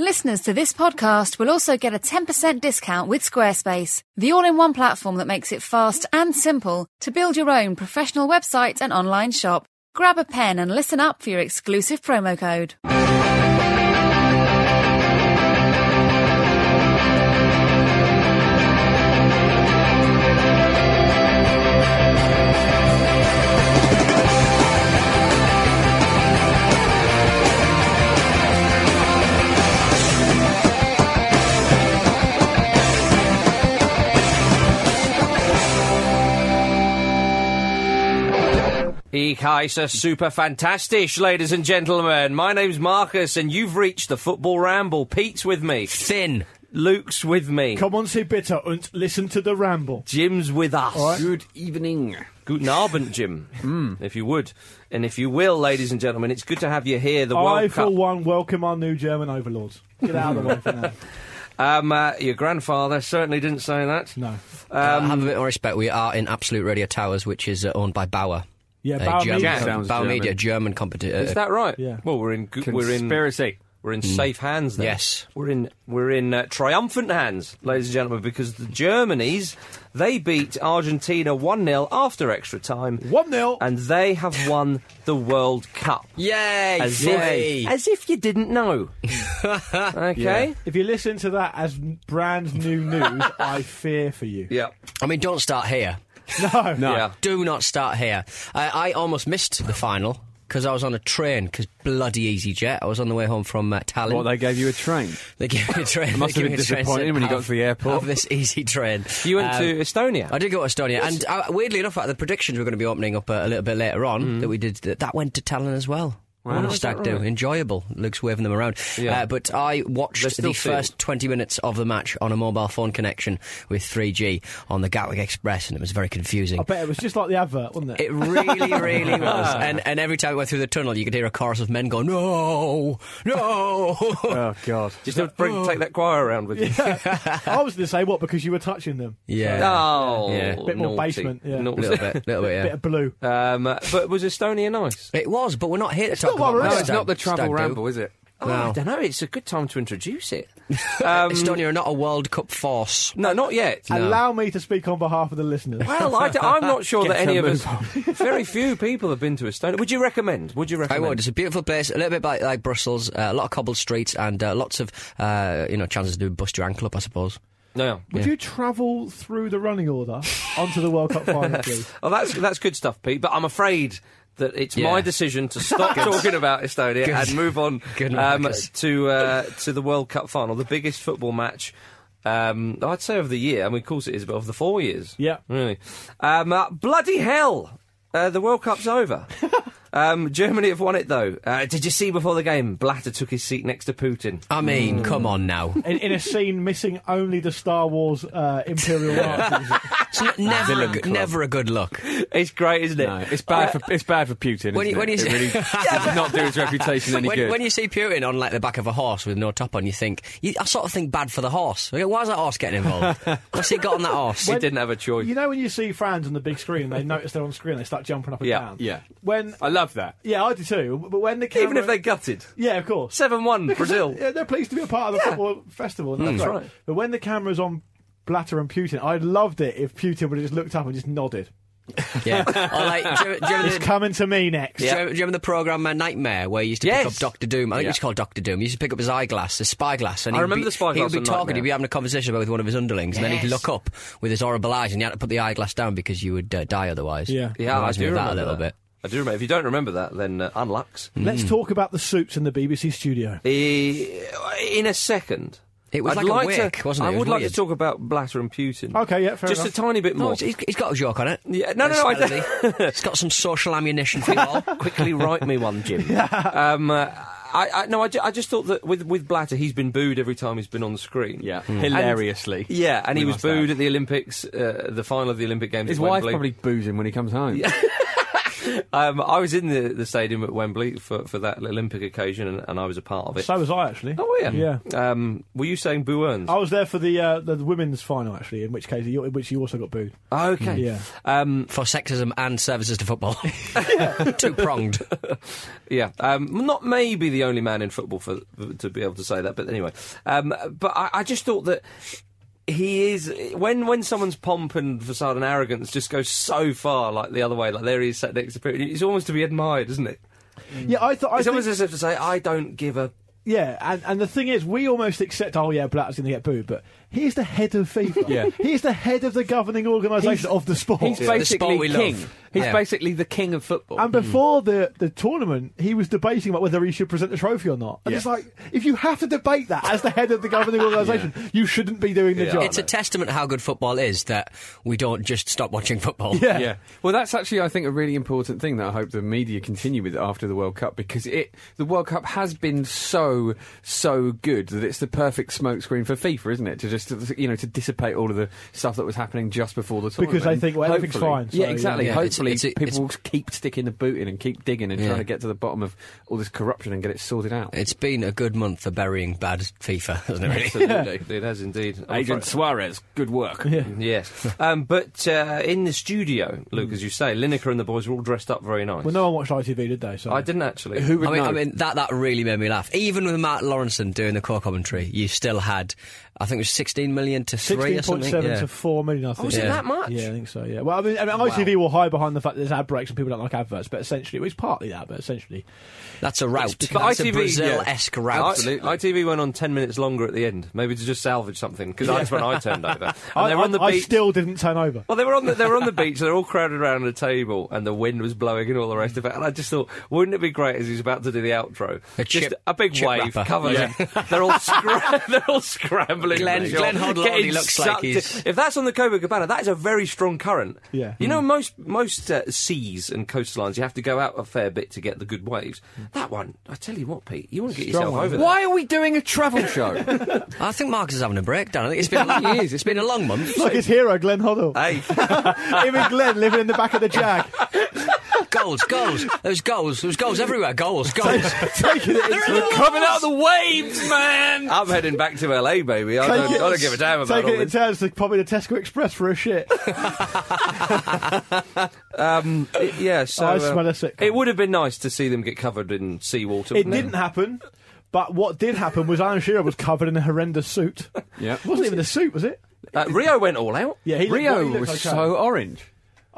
Listeners to this podcast will also get a 10% discount with Squarespace, the all-in-one platform that makes it fast and simple to build your own professional website and online shop. Grab a pen and listen up for your exclusive promo code. Ich heiße super fantastisch, ladies and gentlemen. My name's Marcus, and you've reached the football ramble. Pete's with me. Thin. Luke's with me. Come on, say bitter and listen to the ramble. Jim's with us. Good evening. Guten Abend, Jim, Hmm. if you would. And if you will, ladies and gentlemen, it's good to have you here. The I, World for Cup. one, welcome our new German overlords. Get out of the way for now. Um, uh, your grandfather certainly didn't say that. No. Uh, Um, have a bit more respect. We are in Absolute Radio Towers, which is uh, owned by Bauer. Yeah, A Bauer German, Media. Bauer Sounds German. Media, German uh, competitor. Is that right? Yeah. Well, we're in good, we're in Conspiracy. We're in safe hands. Then. Yes. we're in we're in uh, triumphant hands, ladies and gentlemen, because the Germanys they beat Argentina one 0 after extra time, 1-0. and they have won the World Cup. Yay! As yay. if, as if you didn't know. okay. If you listen to that as brand new news, I fear for you. Yeah. I mean, don't start here. No. Yeah. Do not start here. I, I almost missed the final because I was on a train because bloody EasyJet. I was on the way home from uh, Tallinn. What, they gave you a train? They gave me a train. must they have gave been me a train, disappointing said, when you got "Have- to the airport." Have this easy train. You went Um, to Estonia. I did go to Estonia, and uh, weirdly enough, like, the predictions were going to be opening up uh, a, a little bit later on that we did. That, that went to Tallinn as well. Wow, is stag that do, right? enjoyable. Luke's waving them around. Yeah. Uh, but I watched They're the still sealed. first 20 minutes of the match on a mobile phone connection with 3G on the Gatwick Express, and it was very confusing. I bet it was just like the advert, wasn't it? It really, really was. And and every time it went through the tunnel, you could hear a chorus of men go, "No, no." Oh, God. Just have to bring, take that choir around with you. I was going to say, what, because you were touching them? yeah, Oh, Yeah. Bit more naughty. basement, yeah. Oh. a little bit, little bit. Bit Yeah. of blue. Um, uh, but was Estonia nice? It was, but we're not here to talk not what about we're No, that. No, it's it's not the travel ramble, is it? Oh, I No. don't know. It's a good time to introduce it. Um, Estonia are not a World Cup force. No, not yet. Allow me to speak on behalf of the listeners. Well, I d- I'm not sure Get that any a of us. move very few people have been to Estonia. Would you recommend? Would you I recommend? would. It's a beautiful place, a little bit like, like Brussels, uh, a lot of cobbled streets, and uh, lots of uh, you know chances to bust your ankle up, I suppose. No. Would you travel through the running order onto the World Cup final, please? Oh, that's that's good stuff, Pete. But I'm afraid that it's Yeah. my decision to stop talking about Estonia and move on Good um, market. to uh, to the World Cup final, the biggest football match. Um, I'd say of the year. I mean, of course it is, but of the four years. Yeah. really. Um, uh, bloody hell! Uh, the World Cup's over. um, Germany have won it though. Uh, did you see before the game? Blatter took his seat next to Putin. I mean, come on now. In, in a scene missing only the Star Wars uh, Imperial arches. It's n- never, a good, never a good look. It's great, isn't it? No, it's bad for it's bad for Putin. When When you- you, when you it say- really does not do his reputation any When, good. when you see Putin on like the back of a horse with no top on, you think you, I sort of think bad for the horse. I go, Why's that horse getting involved? What's he got on that horse? He didn't have a choice. You know when you see fans on the big screen, they notice they're on screen, they start jumping up and Yeah, down. yeah. When I love that. yeah, I do too. But when the camera, Even if they gutted. yeah, of course, 7 1 Brazil. Hmm. yeah, they're pleased to be a part of the football festival. and that's right. But when the camera's on Blatter and Putin, I loved it if Putin would have just looked up and just nodded. yeah. Or like, do you, do you remember It's the- coming to me next. Do you, do you remember the program uh, Nightmare where he used to pick Yes. up Doctor Doom? I think it was Yeah. called Doctor Doom. He used to pick up his eyeglass, his spyglass, and I he'd remember be, the spyglass He would be on talking, Nightmare. he'd be having a conversation about with one of his underlings, and then he'd Yes. look up with his horrible eyes, and you had to put the eyeglass down because you would uh, die otherwise. Yeah. Yeah, I Reminds do me of remember that a little bit. I do remember. If you don't remember that, then uh, unlucks. Let's talk about the suits in the BBC studio. Eh, in a second. It was I'd like a wick, to, wasn't it? I It would was like weird. to talk about Blatter and Putin. Okay, yeah, fair Just enough. a tiny bit No, more. it's- he's, he's got a joke on it. Yeah, no, no, no, I don't- Slightly. it's got some social ammunition for you all. Quickly write me one, Jim. um, uh, I, I no, I, ju- I just thought that with with Blatter, he's been booed every time he's been on the screen. Yeah, And- hilariously. yeah, and he We was must add. booed at the Olympics, uh, the final of the Olympic Games. His at wife Wembley. probably boos him when he comes home. Um, I was in the, the stadium at Wembley for, for that Olympic occasion, and, and I was a part of it. So was I actually. oh, were you? Yeah. Um, were you saying boo earns? I was there for the uh, the women's final actually, in which case you, in which you also got booed. Oh, okay. Yeah. Um, For sexism and services to football. Two pronged. Yeah, um, not maybe the only man in football for to be able to say that, but anyway. Um, but I, I just thought that he is when when someone's pomp and facade and arrogance just goes so far, like the other way, like there he is sat next to Putin. It's almost to be admired, isn't it? Yeah, I thought. I It's think- almost as if to say, "I don't give a." Yeah, and, and the thing is, we almost accept, oh yeah, Blatter's going to get booed, but he's the head of FIFA. Yeah. he's the head of the governing He's- organisation of the sport. He's Yeah. The basically sport we love. king. He's Yeah. basically the king of football. Mm. and before the, the tournament, he was debating about whether he should present the trophy or not. And Yeah. it's like, if you have to debate that as the head of the governing organisation, you shouldn't be doing the Yeah. job. It's a testament how good football is that we don't just stop watching football. yeah. yeah. Well, that's actually, I think, a really important thing that I hope the media continue with after the World Cup because it the World Cup has been so so good that it's the perfect smokescreen for FIFA, isn't it? To just to, you know to dissipate all of the stuff that was happening just before the tournament Because they think, well, everything's Hopefully- fine, so, yeah, exactly. yeah. Yeah, it's- Hopefully, it's- it's- people will keep sticking the boot in and keep digging and Yeah. trying to get to the bottom of all this corruption and get it sorted out. It's been a good month for burying bad FIFA, hasn't it, really? Absolutely, it has indeed. I'm afraid- Suarez, good work. Yes, um, but uh, in the studio, Luke, as you say, Lineker and the boys were all dressed up very nice. Well, no one watched ITV, did they? So I didn't actually. Who would I mean, know? I mean that, that really made me laugh. Even with Mark Lawrenson doing the core commentary, you still had, I think it was 16 million to 3 or something. 16.7 yeah. to 4 million, I think. was it Yeah. Oh, that much? Yeah, I think so, yeah. Well, I mean, I mean ITV will hide behind the fact that there's ad breaks and people don't like adverts, but essentially, it's partly that, but essentially. That's a route. It's- but That's ITV, a Brazil-esque yeah. route. I- ITV went on 10 minutes longer at the end, maybe to just salvage something, because that's when I turned over. And I, they were on the I- I beach. still didn't turn over. well, they were on the, they were on the beach. They're all crowded around a table, and the wind was blowing and all the rest of it. And I just thought, wouldn't it be great as he's about to do the outro? A just chip- a big chip wave wrapper. covers him. They're all scra- they're all scrambling. Glenn- They're Glenn all Hoddle getting already looks like sucked in. he's- If that's on the Copacabana, that is a very strong current. Yeah. Hmm. You know, most most uh, seas and coastlines, you have to go out a fair bit to get the good waves. That one, I tell you what, Pete, you want to get Hmm. Strong yourself one. over there. Why are we doing a travel show? I think Marcus is having a breakdown. I think it's been it is. It's been a long month. Like his hero, Glenn Hoddle. Hey, Him and Glenn living in the back of the Jag, goals, goals. There's goals. There's goals everywhere. Goals, goals. taking it into Coming out of the waves, man. I'm heading back to LA, baby. I don't, I don't give a damn about taking all it in this. turns to probably the Tesco Express for a shit. Um, it- yeah, so I smell a sitcom. it would have been nice to see them get covered in seawater. It wouldn't didn't happen, but what did happen was Alan Shearer was covered in a horrendous suit. Yeah. It wasn't even a suit, was it? Uh, Rio went all out. Yeah, he looked- Rio what he looked was like so orange.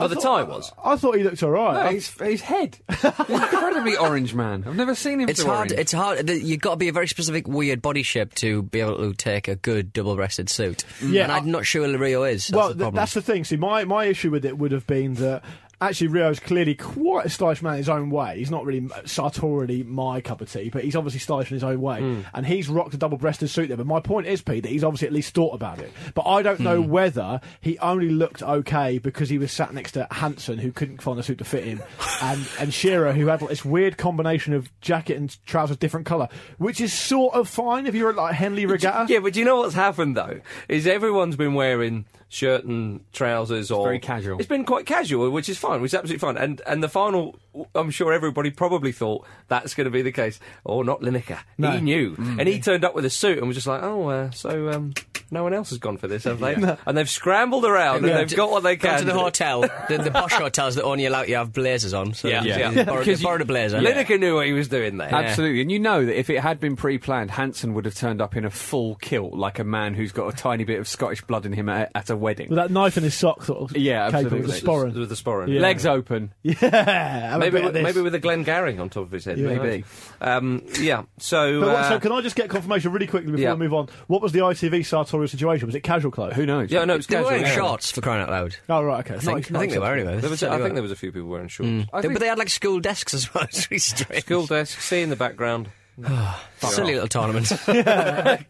Oh, the tie was. I thought he looked all right. his, his head. Incredibly orange man. I've never seen him It's so hard. orange. It's hard. th- You've got to be a very specific, weird body shape to be able to take a good double-breasted suit. Yeah, and I- I'm not sure Rio is. That's well, the th- problem. that's the thing. See, my, my issue with it would have been that actually Rio's clearly quite a stylish man in his own way. He's not really sartorially my cup of tea, but he's obviously stylish in his own way. And he's rocked a double breasted suit there. But my point is, Pete, that he's obviously at least thought about it. But I don't know whether he only looked okay because he was sat next to Hanson, who couldn't find a suit to fit him, and, and Shearer, who had like, this weird combination of jacket and trousers different colour, which is sort of fine if you're at like Henley Regatta. Yeah, but do you know what's happened though? Is everyone's been wearing shirt and trousers or very casual. It's been quite casual, which is fine, which is absolutely fine. And and the final, I'm sure everybody probably thought that's going to be the case. Or not Lineker. No. He knew, Mm. and he turned up with a suit and was just like, oh, uh, so. Um, no one else has gone for this, have they? And they've scrambled around and Yeah. they've got what they Go can. to the hotel, the, the posh hotels that only allow you to have blazers on. So Yeah. you- Yeah. you borrow- you Because you- borrowed a blazer. Lineker knew what he was doing there. Absolutely. And you know that if it had been pre planned, Hanson would have turned up in a full kilt like a man who's got a tiny bit of Scottish blood in him at, at a wedding. With that knife in his sock, sort of. Yeah, capable of the absolutely. sporran. With the sporran. Yeah. Legs open. Yeah, have a Maybe bit of with, this. maybe with a Glengarry on top of his head. who Maybe. knows? Um, yeah. So, But what, uh, so can I just get confirmation really quickly before yeah. we move on? What was the ITV sartorial situation? Was it casual clothes? Who knows? yeah, no, it's They were casual. wearing Yeah. shorts for crying out loud. Oh right, okay. I think, I think they were anyway. There was, I think there was a few people wearing shorts. They- but they had like school desks as well. It's really strange. School desk, see in the background. Silly little tournament.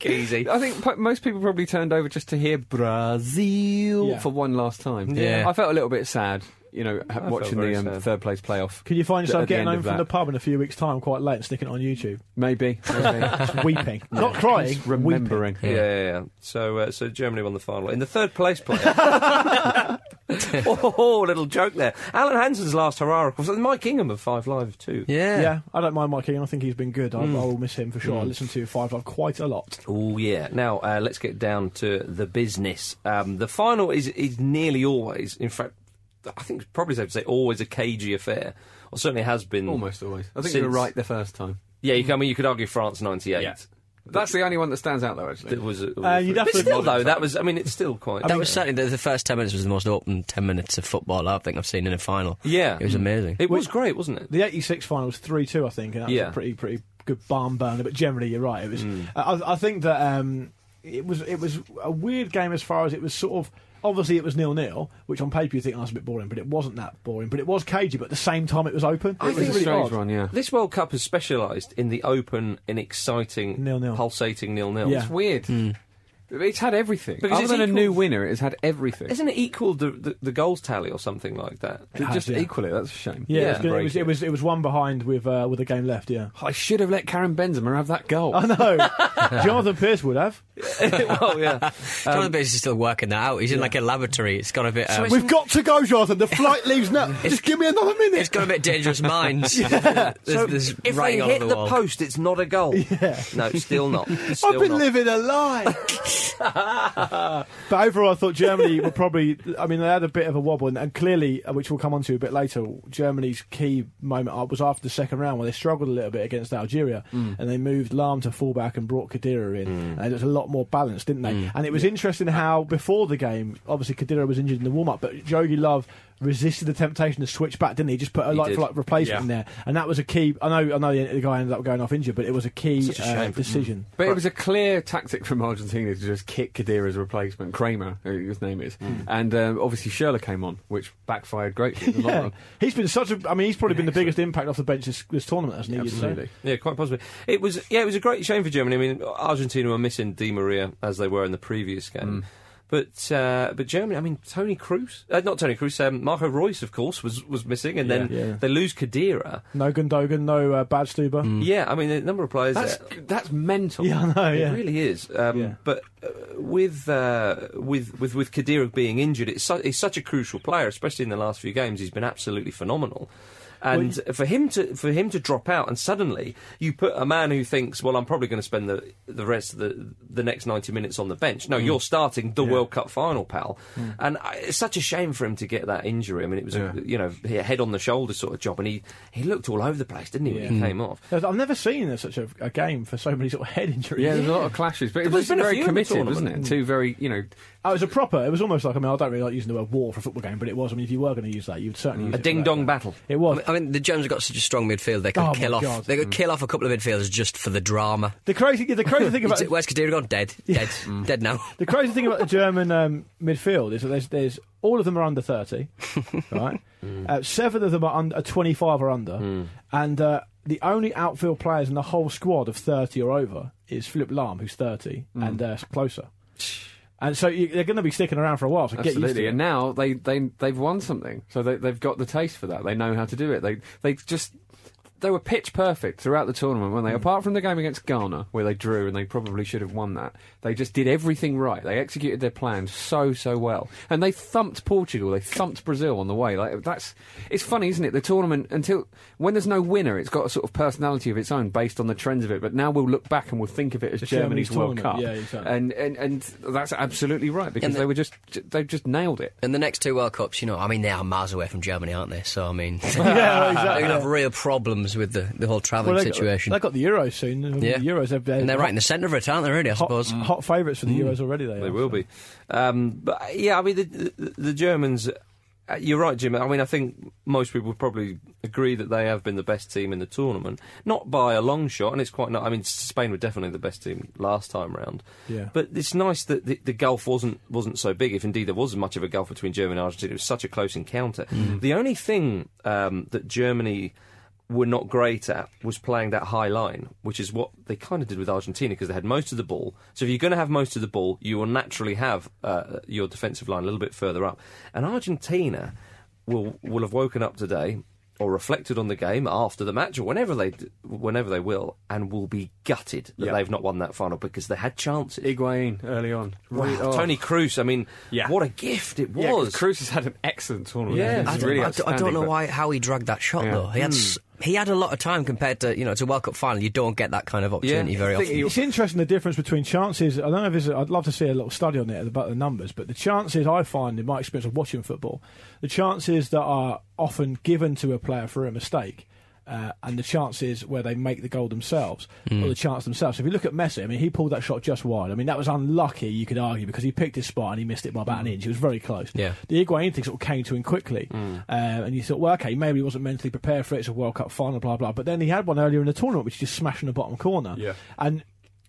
Easy. I think po- most people probably turned over just to hear Brazil Yeah. for one last time. Yeah. I felt a little bit sad. you know, ha- felt watching very the um, sad. third place playoff. Can you find At yourself the getting end home of from that. the pub in a few weeks' time, quite late, and sticking it on YouTube, Maybe. Maybe. Just weeping, not crying, Just remembering. Yeah, yeah, yeah. So, uh, so Germany won the final in the third place playoff. oh, little joke there. Alan Hansen's last hurrah, of course. and Mike Ingham of Five Live too. Weeping. Yeah. Yeah, I don't mind Mike Keegan. I think he's been good. I, I will miss him for sure. I listen to Five Live quite a lot. Oh yeah. Now uh, let's get down to the business. Um, the final is is nearly always, in fact, I think it's probably safe to say always a cagey affair, or certainly has been Almost always. I think Since- you were right the first time. Yeah, you can, I mean you could argue France '98. Yeah. That's the only one that stands out, though, actually. That was, Uh, you'd have but to still acknowledge though that. that was. I mean, it's still quite. That was certainly the, the first ten minutes was the most open ten minutes of football I think I've seen in a final. Yeah. it was amazing. it was great, wasn't it? The '86 final was three-two, I think, and that Yeah. was a pretty pretty good barn burner. But generally, you're right. It was. I, I think that um, it was it was a weird game as far as it was sort of. Obviously, it was nil-nil, which on paper you think oh, that's a bit boring, but it wasn't that boring. But it was cagey, but at the same time, it was open. I it was think a really strange odd. one, yeah. This World Cup has specialised in the open and exciting, Nil-nil. pulsating nil-nil. Yeah. Hmm. It's weird. It's had everything. Because Other it's than a new equal- winner, it has had everything. Isn't it equal the, the the goals tally or something like that? To has, just yeah. equal it. That's a shame. Yeah, Yeah. it, was good. it was it was it was one behind with uh, with a game left. Yeah, I should have let Karen Benzema have that goal. I know. Jonathan Pierce would have. well, yeah. Um, Jonathan Bates is still working that out. He's in like a laboratory. It's got a bit. Um, We've got to go, Jonathan. The flight leaves now. Just give me another minute. it's got a bit dangerous minds. There's, there's if they writing all over hit the, the, wall. post, it's not a goal. No, it's still not. It's I've still been not. living a lie. but overall, I thought Germany were probably. I mean, they had a bit of a wobble, and, and clearly, uh, which we'll come on to a bit later, Germany's key moment up was after the second round where they struggled a little bit against Algeria, Mm. and they moved Lahm to fullback and brought Kadira in, and it was a lot more balanced, didn't they? Mm. And it was interesting how before the game, obviously Kadira was injured in the warm up, but Jogi Love. Resisted the temptation to switch back, didn't he? Just put a like did. for like replacement Yeah. in there, and that was a key. I know, I know, the, the guy ended up going off injured, but it was a key Such a uh, shame. decision. But it was a clear tactic from Argentina to just kick Kadira's replacement, Kramer, who his name is. Hmm. And um, obviously Schürrle came on, which backfired greatly in the long Yeah. run. He's been such a. I mean, he's probably been the biggest impact off the bench this, this tournament, hasn't he? you'd say? Absolutely. Yeah, quite possibly. It was yeah, it was a great shame for Germany. I mean, Argentina were missing Di Maria as they were in the previous Mm. game. But uh, but Germany, I mean Tony Cruz, uh, not Tony Cruz, um, Marco Reus, of course, was was missing, and then Yeah. Yeah. they lose Kadira. No Gundogan, no uh, Bad Stuber. Yeah, I mean the number of players. That's, there- that's mental. Yeah, I know. Oh, Yeah. Mm. It really is. Um, Yeah. But uh, with, uh, with with with Kadira being injured, it's su- he's such a crucial player, especially in the last few games. He's been absolutely phenomenal. And for him to for him to drop out, and suddenly you put a man who thinks, well, I'm probably going to spend the the rest of the the next 90 minutes on the bench. Mm. No, you're starting the World Cup final, pal. And I, it's such a shame for him to get that injury. I mean, it was Yeah. a, you know a head on the shoulder sort of job, and he he looked all over the place, didn't he, when he Yeah. came off? There's- I've never seen such a, a game for so many sort of head injuries. Yeah, there's a lot of clashes, but it There's was been a very few in the committed, tournament. wasn't it? Two very, you know, Oh, it was a proper. It was almost like I mean, I don't really like using the word war for a football game, but it was. I mean, if you were going to use that, you'd certainly use A it for ding that. dong battle. It I was. mean, uh, I mean, the Germans have got such a strong midfield. They could Oh, my kill off. God. They could kill off a couple of midfielders just for the drama. the crazy. The crazy thing about Is it- Where's Kadira gone? Dead. Dead. Mm. Dead now. The crazy thing about the German um, midfield is that there's, there's all of them are under 30, right? Mm. Uh, seven of them are, under, are 25 or under. And uh, the only outfield players in the whole squad of 30 or over is Philip Lahm, who's 30, Mm. and uh, closer. And so you, they're going to be sticking around for a while, so get used to absolutely. it. And now they, they, they've won something. So they, they've got the taste for that. They know how to do it. They, they just. They were pitch perfect throughout the tournament, weren't they? Apart from the game against Ghana, where they drew and they probably should have won that, they just did everything right. They executed their plan so so well, and they thumped Portugal, they thumped Brazil on the way. Like that's, it's funny, isn't it? The tournament until when there's no winner, it's got a sort of personality of its own based on the trends of it. But now we'll look back and we'll think of it as It's Germany's Germany's, World Cup, tournament, yeah, exactly. and, and and that's absolutely right because And the- they were just they just nailed it. And the next two World Cups, you know, I mean, they are miles away from Germany, aren't they? So I mean, Yeah, they're exactly. going to have real problems with the, the whole travelling Well, they got- situation. They got the Euros soon. yeah, The Euros, they're, and they're right in the centre of it, aren't they? Really, I hot, suppose. Mm. hot favourites for the Euros already. They, They are, will so. be. Um, but uh, yeah, I mean, the, the, the Germans. uh, You're right, Jim. I mean, I think most people would probably agree that they have been the best team in the tournament, not by a long shot, and it's quite. Not, I mean, Spain were definitely the best team last time round. Yeah. But it's nice that the, the gulf wasn't wasn't so big. If indeed there was much of a gulf between Germany and Argentina, it was such a close encounter. The only thing um, that Germany were not great at was playing that high line, which is what they kind of did with Argentina because they had most of the ball. So if you're going to have most of the ball, you will naturally have uh, your defensive line a little bit further up. And Argentina will will have woken up today or reflected on the game after the match or whenever they d- whenever they will and will be gutted that Yeah. they've not won that final because they had chances. Higuain early on. Wow, Re- oh. Tony Cruz. I mean, Yeah. what a gift it Yeah, 'cause was. Cruz has had an excellent tournament. Yeah. He's I I don't, really I don't- I don't outstanding, know but- why how he dragged that shot Yeah. Hmm. though. He had s he had a lot of time compared to you know it's a World Cup final. You don't get that kind of opportunity very I think often. he- It's interesting the difference between chances. I don't know if it's, I'd love to see a little study on it about the numbers, but the chances I find in my experience of watching football, the chances that are often given to a player for a mistake. Uh, and the chances where they make the goal themselves, or the chance themselves. If you look at Messi, I mean, he pulled that shot just wide. I mean, that was unlucky, you could argue, because he picked his spot and he missed it by about an inch. It was very close. Yeah. The Higuain thing sort of came to him quickly, uh, and you thought, well, okay, maybe he wasn't mentally prepared for it. It's a World Cup final, blah blah. But then he had one earlier in the tournament, which he just smashed in the bottom corner. Yeah. And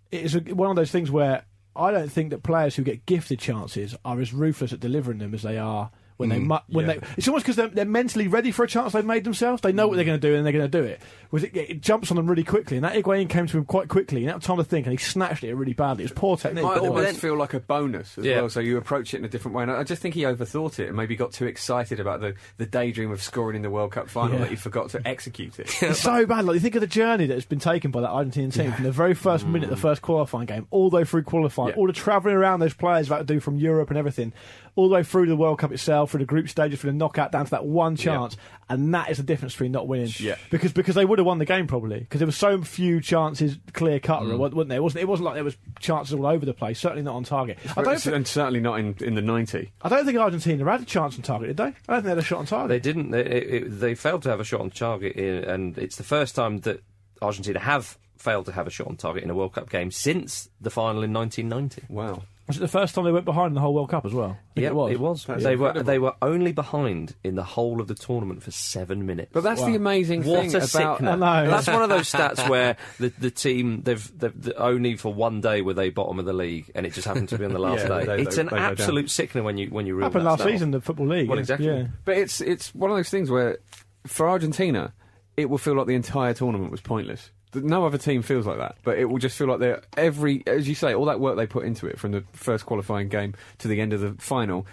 it's a, one of those things where I don't think that players who get gifted chances are as ruthless at delivering them as they are when they mu- when Mm, yeah. they. It's almost because they're, they're mentally ready for a chance they've made themselves. They know what they're going to do and they're going to do it. Was it, it jumps on them really quickly, and that Higuain came to him quite quickly. And that time to think, and he snatched it really badly. It was poor technique. might but there almost then- feel like a bonus as Yeah. well. So you approach it in a different way. And I I just think he overthought it and maybe got too excited about the, the daydream of scoring in the World Cup final Yeah. that he forgot to execute it. It's so bad. Like you think of the journey that has been taken by that Argentine team from the very first minute, of the first qualifying game, all the way through qualifying, Yeah. all the travelling around those players about to do from Europe and everything, all the way through the World Cup itself, through the group stages, through the knockout, down to that one chance, and that is the difference between not winning. Yeah. Because because they would have won the game probably because there were so few chances clear cut, Mm. wasn't there? It wasn't it wasn't like there was chances all over the place. Certainly not on target. I don't. Think, and certainly not in, in the 90. I don't think Argentina had a chance on target, did they? I don't think they had a shot on target. They didn't. They, it, it- they failed to have a shot on target, in, and it's the first time that Argentina have failed to have a shot on target in a World Cup game since the final in 1990. Wow. Was it the first time they went behind in the whole World Cup as well? I think Yeah, it was. It was. That's They were incredible. they were only behind in the whole of the tournament for seven minutes. But that's the amazing what thing a about sickener. I know. That's one of those stats where the, the team they've, they've the, only for one day were they bottom of the league, and it just happened to be on the last Yeah, day. they- it's they- an they go down. absolute sickener when you when you reel happened that last stat off. season in the football league. Well, yeah. exactly. Yeah. But it's it's one of those things where, for Argentina, it will feel like the entire tournament was pointless. Th- No other team feels like that, but it will just feel like they're every, as you say, all that work they put into it from the first qualifying game to the end of the final,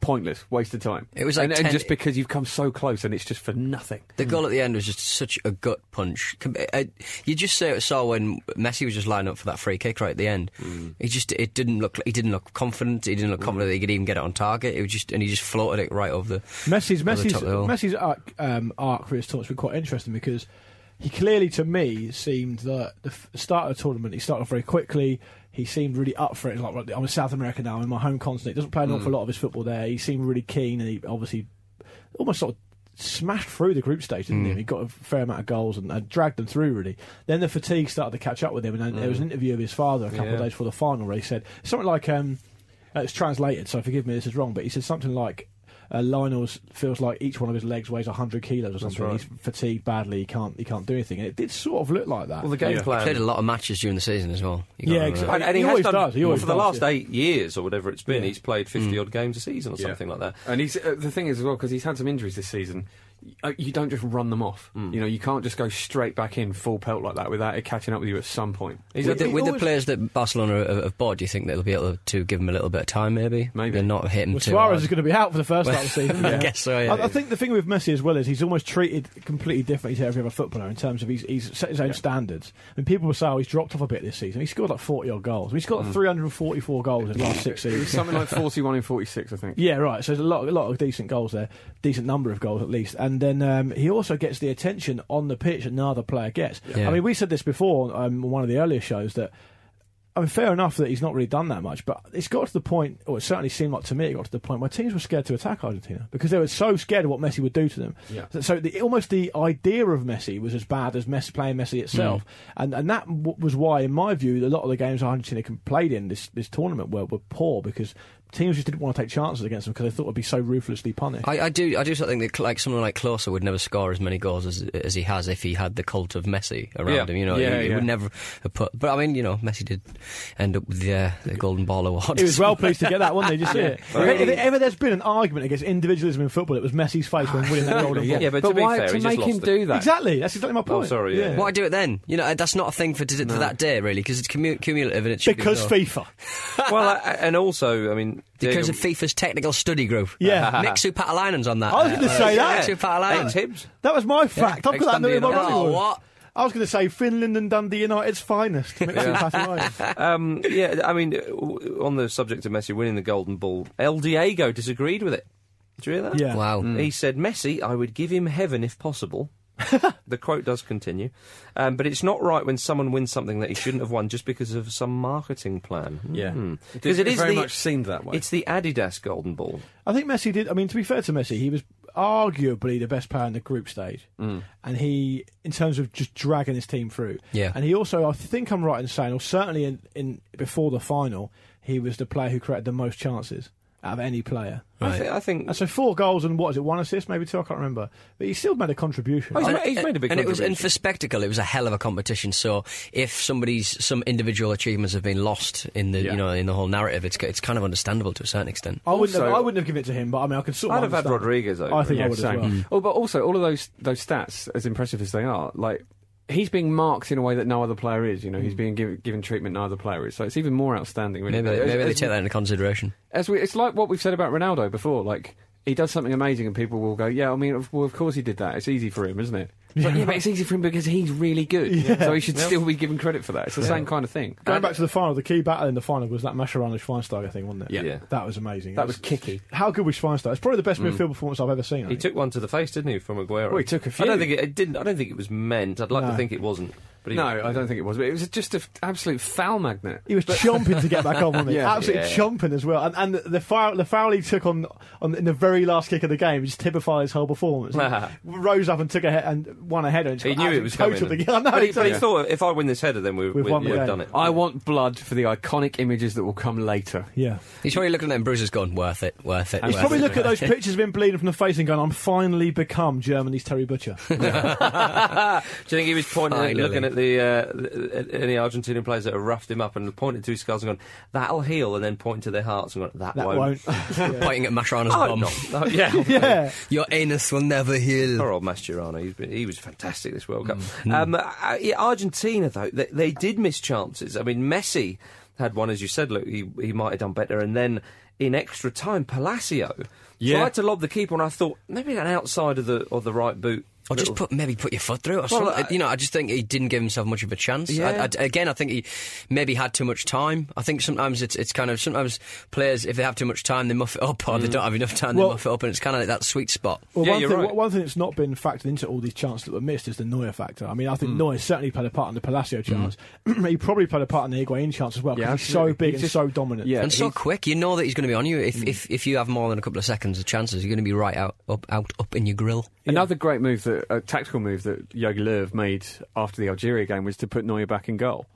pointless, waste of time. It was like and, and 10 just because you've come so close and it's just for nothing. The goal at the end was just such a gut punch. Com- uh, You just say saw when Messi was just lining up for that free kick right at the end. Hmm. He just it didn't look he didn't look confident. He didn't look confident that he could even get it on target. It was just and he just floated it right over the Messi's over the Messi's top of the hill. Messi's arc, um, arc for his tournament's been quite interesting because he clearly, to me, seemed that the f- start of the tournament he started off very quickly. He seemed really up for it. Like right, I'm in South America now, I'm in my home continent. He doesn't play an Hmm. awful lot of his football there. He seemed really keen, and he obviously almost sort of smashed through the group stage, didn't Hmm. he? He got a fair amount of goals and, and dragged them through, really. Then the fatigue started to catch up with him, and then there Hmm. was an interview of his father a couple of Yeah. days before the final where he said something like, um, uh, it's translated, so forgive me this is wrong, but he said something like, uh, Lionel's feels like each one of his legs weighs 100 kilos or something. He's fatigued badly, he can't, he can't do anything. And it did sort of look like that. Well, the game Yeah. He plan. played a lot of matches during the season as well. You Yeah, gotta exa- remember. And, and he, He has always done, does, he always for the does, last yeah. eight years or whatever it's been, Yeah. he's played 50 odd games a season or something like that. And he's uh, the thing is as well because he's had some injuries this season. y- uh, You don't just run them off. Mm. You know, you can't just go straight back in full pelt like that without it catching up with you at some point. He's had with the, the- with the always- players that Barcelona have- have bought, do you think they'll be able to give him a little bit of time? Maybe, Maybe. they're not hitting Well, too Suarez hard. is going to be out for the first half of the season. I yeah. guess so, yeah. I, I think the thing with Messi as well is he's almost treated completely differently to every other footballer in terms of he's, he's set his own standards. And people will say, oh, he's dropped off a bit this season. He scored like 40 odd goals. He's Hmm. got 344 goals in the last six It was seasons. something like 41 in 46, I think. Yeah, right. So there's a lot, a lot of decent goals there, decent number of goals at least, and then um, he also gets the attention on the pitch that no other player gets. Yeah. I mean, we said this before um, on one of the earlier shows that. I mean, fair enough that he's not really done that much, but it's got to the point, or it certainly seemed like to me, it got to the point where teams were scared to attack Argentina because they were so scared of what Messi would do to them. Yeah. So, so the, almost the idea of Messi was as bad as Messi playing Messi itself, and and that w- was why, in my view, a lot of the games Argentina can- played in this this tournament were were poor because teams just didn't want to take chances against them because they thought it would be so ruthlessly punished. I, I do. I do sort of think that like someone like Closer would never score as many goals as, as he has if he had the cult of Messi around Yeah. him. You know, Yeah, he, he yeah. would never have put. But I mean, you know, Messi did end up with the, uh, the Golden Ball Award. He was well pleased to get that, wasn't he? Just see it. If, if ever there's been an argument against individualism in football, it was Messi's face when winning that golden ball. Yeah, but, to be why fair, to he make just him lost it. do that? Exactly. That's Oh, exactly my point. sorry, yeah. Why do it then? You know, that's not a thing for, for that day, really, because it's commu- cumulative and it should Because be. ignored. FIFA. well, I, I- and also, I mean, Because Diego- of FIFA's technical study group. Uh, Yeah. Nick Supatalainen's on that. I was gonna say yeah, that. Nick Supatalainen. Ex Hibs. That was my fact. I've got that in my Ex-Dundee running United. order. Oh, what? I was going to say Finland and Dundee United's finest. Mixed with Fatima Lions. Um, yeah, I mean, uh, w- on the subject of Messi winning the Golden Ball, El Diego disagreed with it. Did you hear that? Yeah. Mm. Wow. He said, Messi, I would give him heaven if possible. the quote does continue. Um, but it's not right when someone wins something that he shouldn't have won just because of some marketing plan. Yeah. Because it is very the- much seemed that way. It's the Adidas Golden Ball. I think Messi did. I mean, to be fair to Messi, he was arguably the best player in the group stage, Mm. and he, in terms of just dragging his team through. Yeah. And he also, I think I'm right in saying, or certainly in, in before the final, he was the player who created the most chances out of any player. I, thi- I think. And so four goals and what is it? One assist, maybe two. I can't remember. But he still made a contribution. Oh, he's, ma- he's made a big and it was and contribution. for spectacle it was a hell of a competition so if somebody's some individual achievements have been lost in the you know in the whole narrative it's it's kind of understandable to a certain extent I wouldn't. have, also- I wouldn't have given it to him, but I mean, I could sort. of I'd have had understand. Rodriguez over I think it. I would same. as Hmm. well. Oh, but also all of those those stats, as impressive as they are, like he's being marked in a way that no other player is. You know, he's being given, given treatment no other player is. So it's even more outstanding. Really, Hmm. maybe they, As- maybe they as- take that into consideration as we, it's like what we've said about Ronaldo before. Like he does something amazing, and people will go, "Yeah, I mean, of, well, of course he did that. It's easy for him, isn't it?" It's like, yeah, but it's easy for him because he's really good. So he should still be given credit for that. It's the same kind of thing. Going back to the final, the key battle in the final was that Mascherano Schweinsteiger thing, wasn't it? Yeah. Yeah. That was amazing. that was kicky. How good was Schweinsteiger? It's probably the best midfield performance I've ever seen. I Mm. He think. took one to the face, didn't he, from Aguero? Well, he took a I few. don't think it, it didn't. I don't think it was meant. I'd like No. to think it wasn't. But he, No, I don't think it was. But it was just an absolute foul magnet. He was chomping to get back on, wasn't he? Yeah. Absolutely Yeah. chomping as well. And, and the, the, foul, the foul he took on, on in the very last kick of the game just typified his whole performance. He rose up and took a he- and won a header. And just He got knew it absolutely was coming. total The, I know, but he, he but he took- thought, if I win this header, then we, we, We've won the we've game. done it. I want blood for the iconic images that will come later. yeah. he's probably looking at him Bruce has gone worth it worth it He's worth probably it. looking at those pictures of him bleeding from the face and going, I'm finally become Germany's Terry Butcher. Do you think he was pointing, at, Finally. looking at the uh, th- at any Argentinian players that have roughed him up and pointed to his scars and gone, "That'll heal," and then pointing to their hearts and gone, "That, That won't." won't. pointing at Mascherano's Oh, bum no. Oh, yeah, yeah. your anus will never heal Poor old Mascherano. He's been, he was fantastic this World Cup. Um, uh, yeah, Argentina, though, they, they did miss chances. I mean, Messi had one, as you said, look, he, he might have done better. And then in extra time, Palacio Yeah. tried to lob the keeper, and I thought maybe an outside of the of the right boot. Or just little- put maybe put your foot through it or Well, something. I- you know, I just think he didn't give himself much of a chance. Yeah. I, I, again, I think he maybe had too much time. I think sometimes it's it's kind of sometimes players if they have too much time they muff it up Mm. or they don't have enough time Well- they muff it up and it's kind of like that sweet spot. Well, Yeah, one, you're thing, right. one thing that's not been factored into all these chances that were missed is the Neuer factor. I mean, I Mm. think Neuer certainly played a part in the Palacio chance. he probably played a part in the Higuain chance as well because Yeah, he's so absolutely. big He's and just- so dominant. yeah. and so he's- quick, you know that he's going to be on you. If, Mm. if if you have more than a couple of seconds of chances, you're going to be right out up out up in your grill. Another great move, that a tactical move that Yogi Löw made after the Algeria game was to put Neuer back in goal.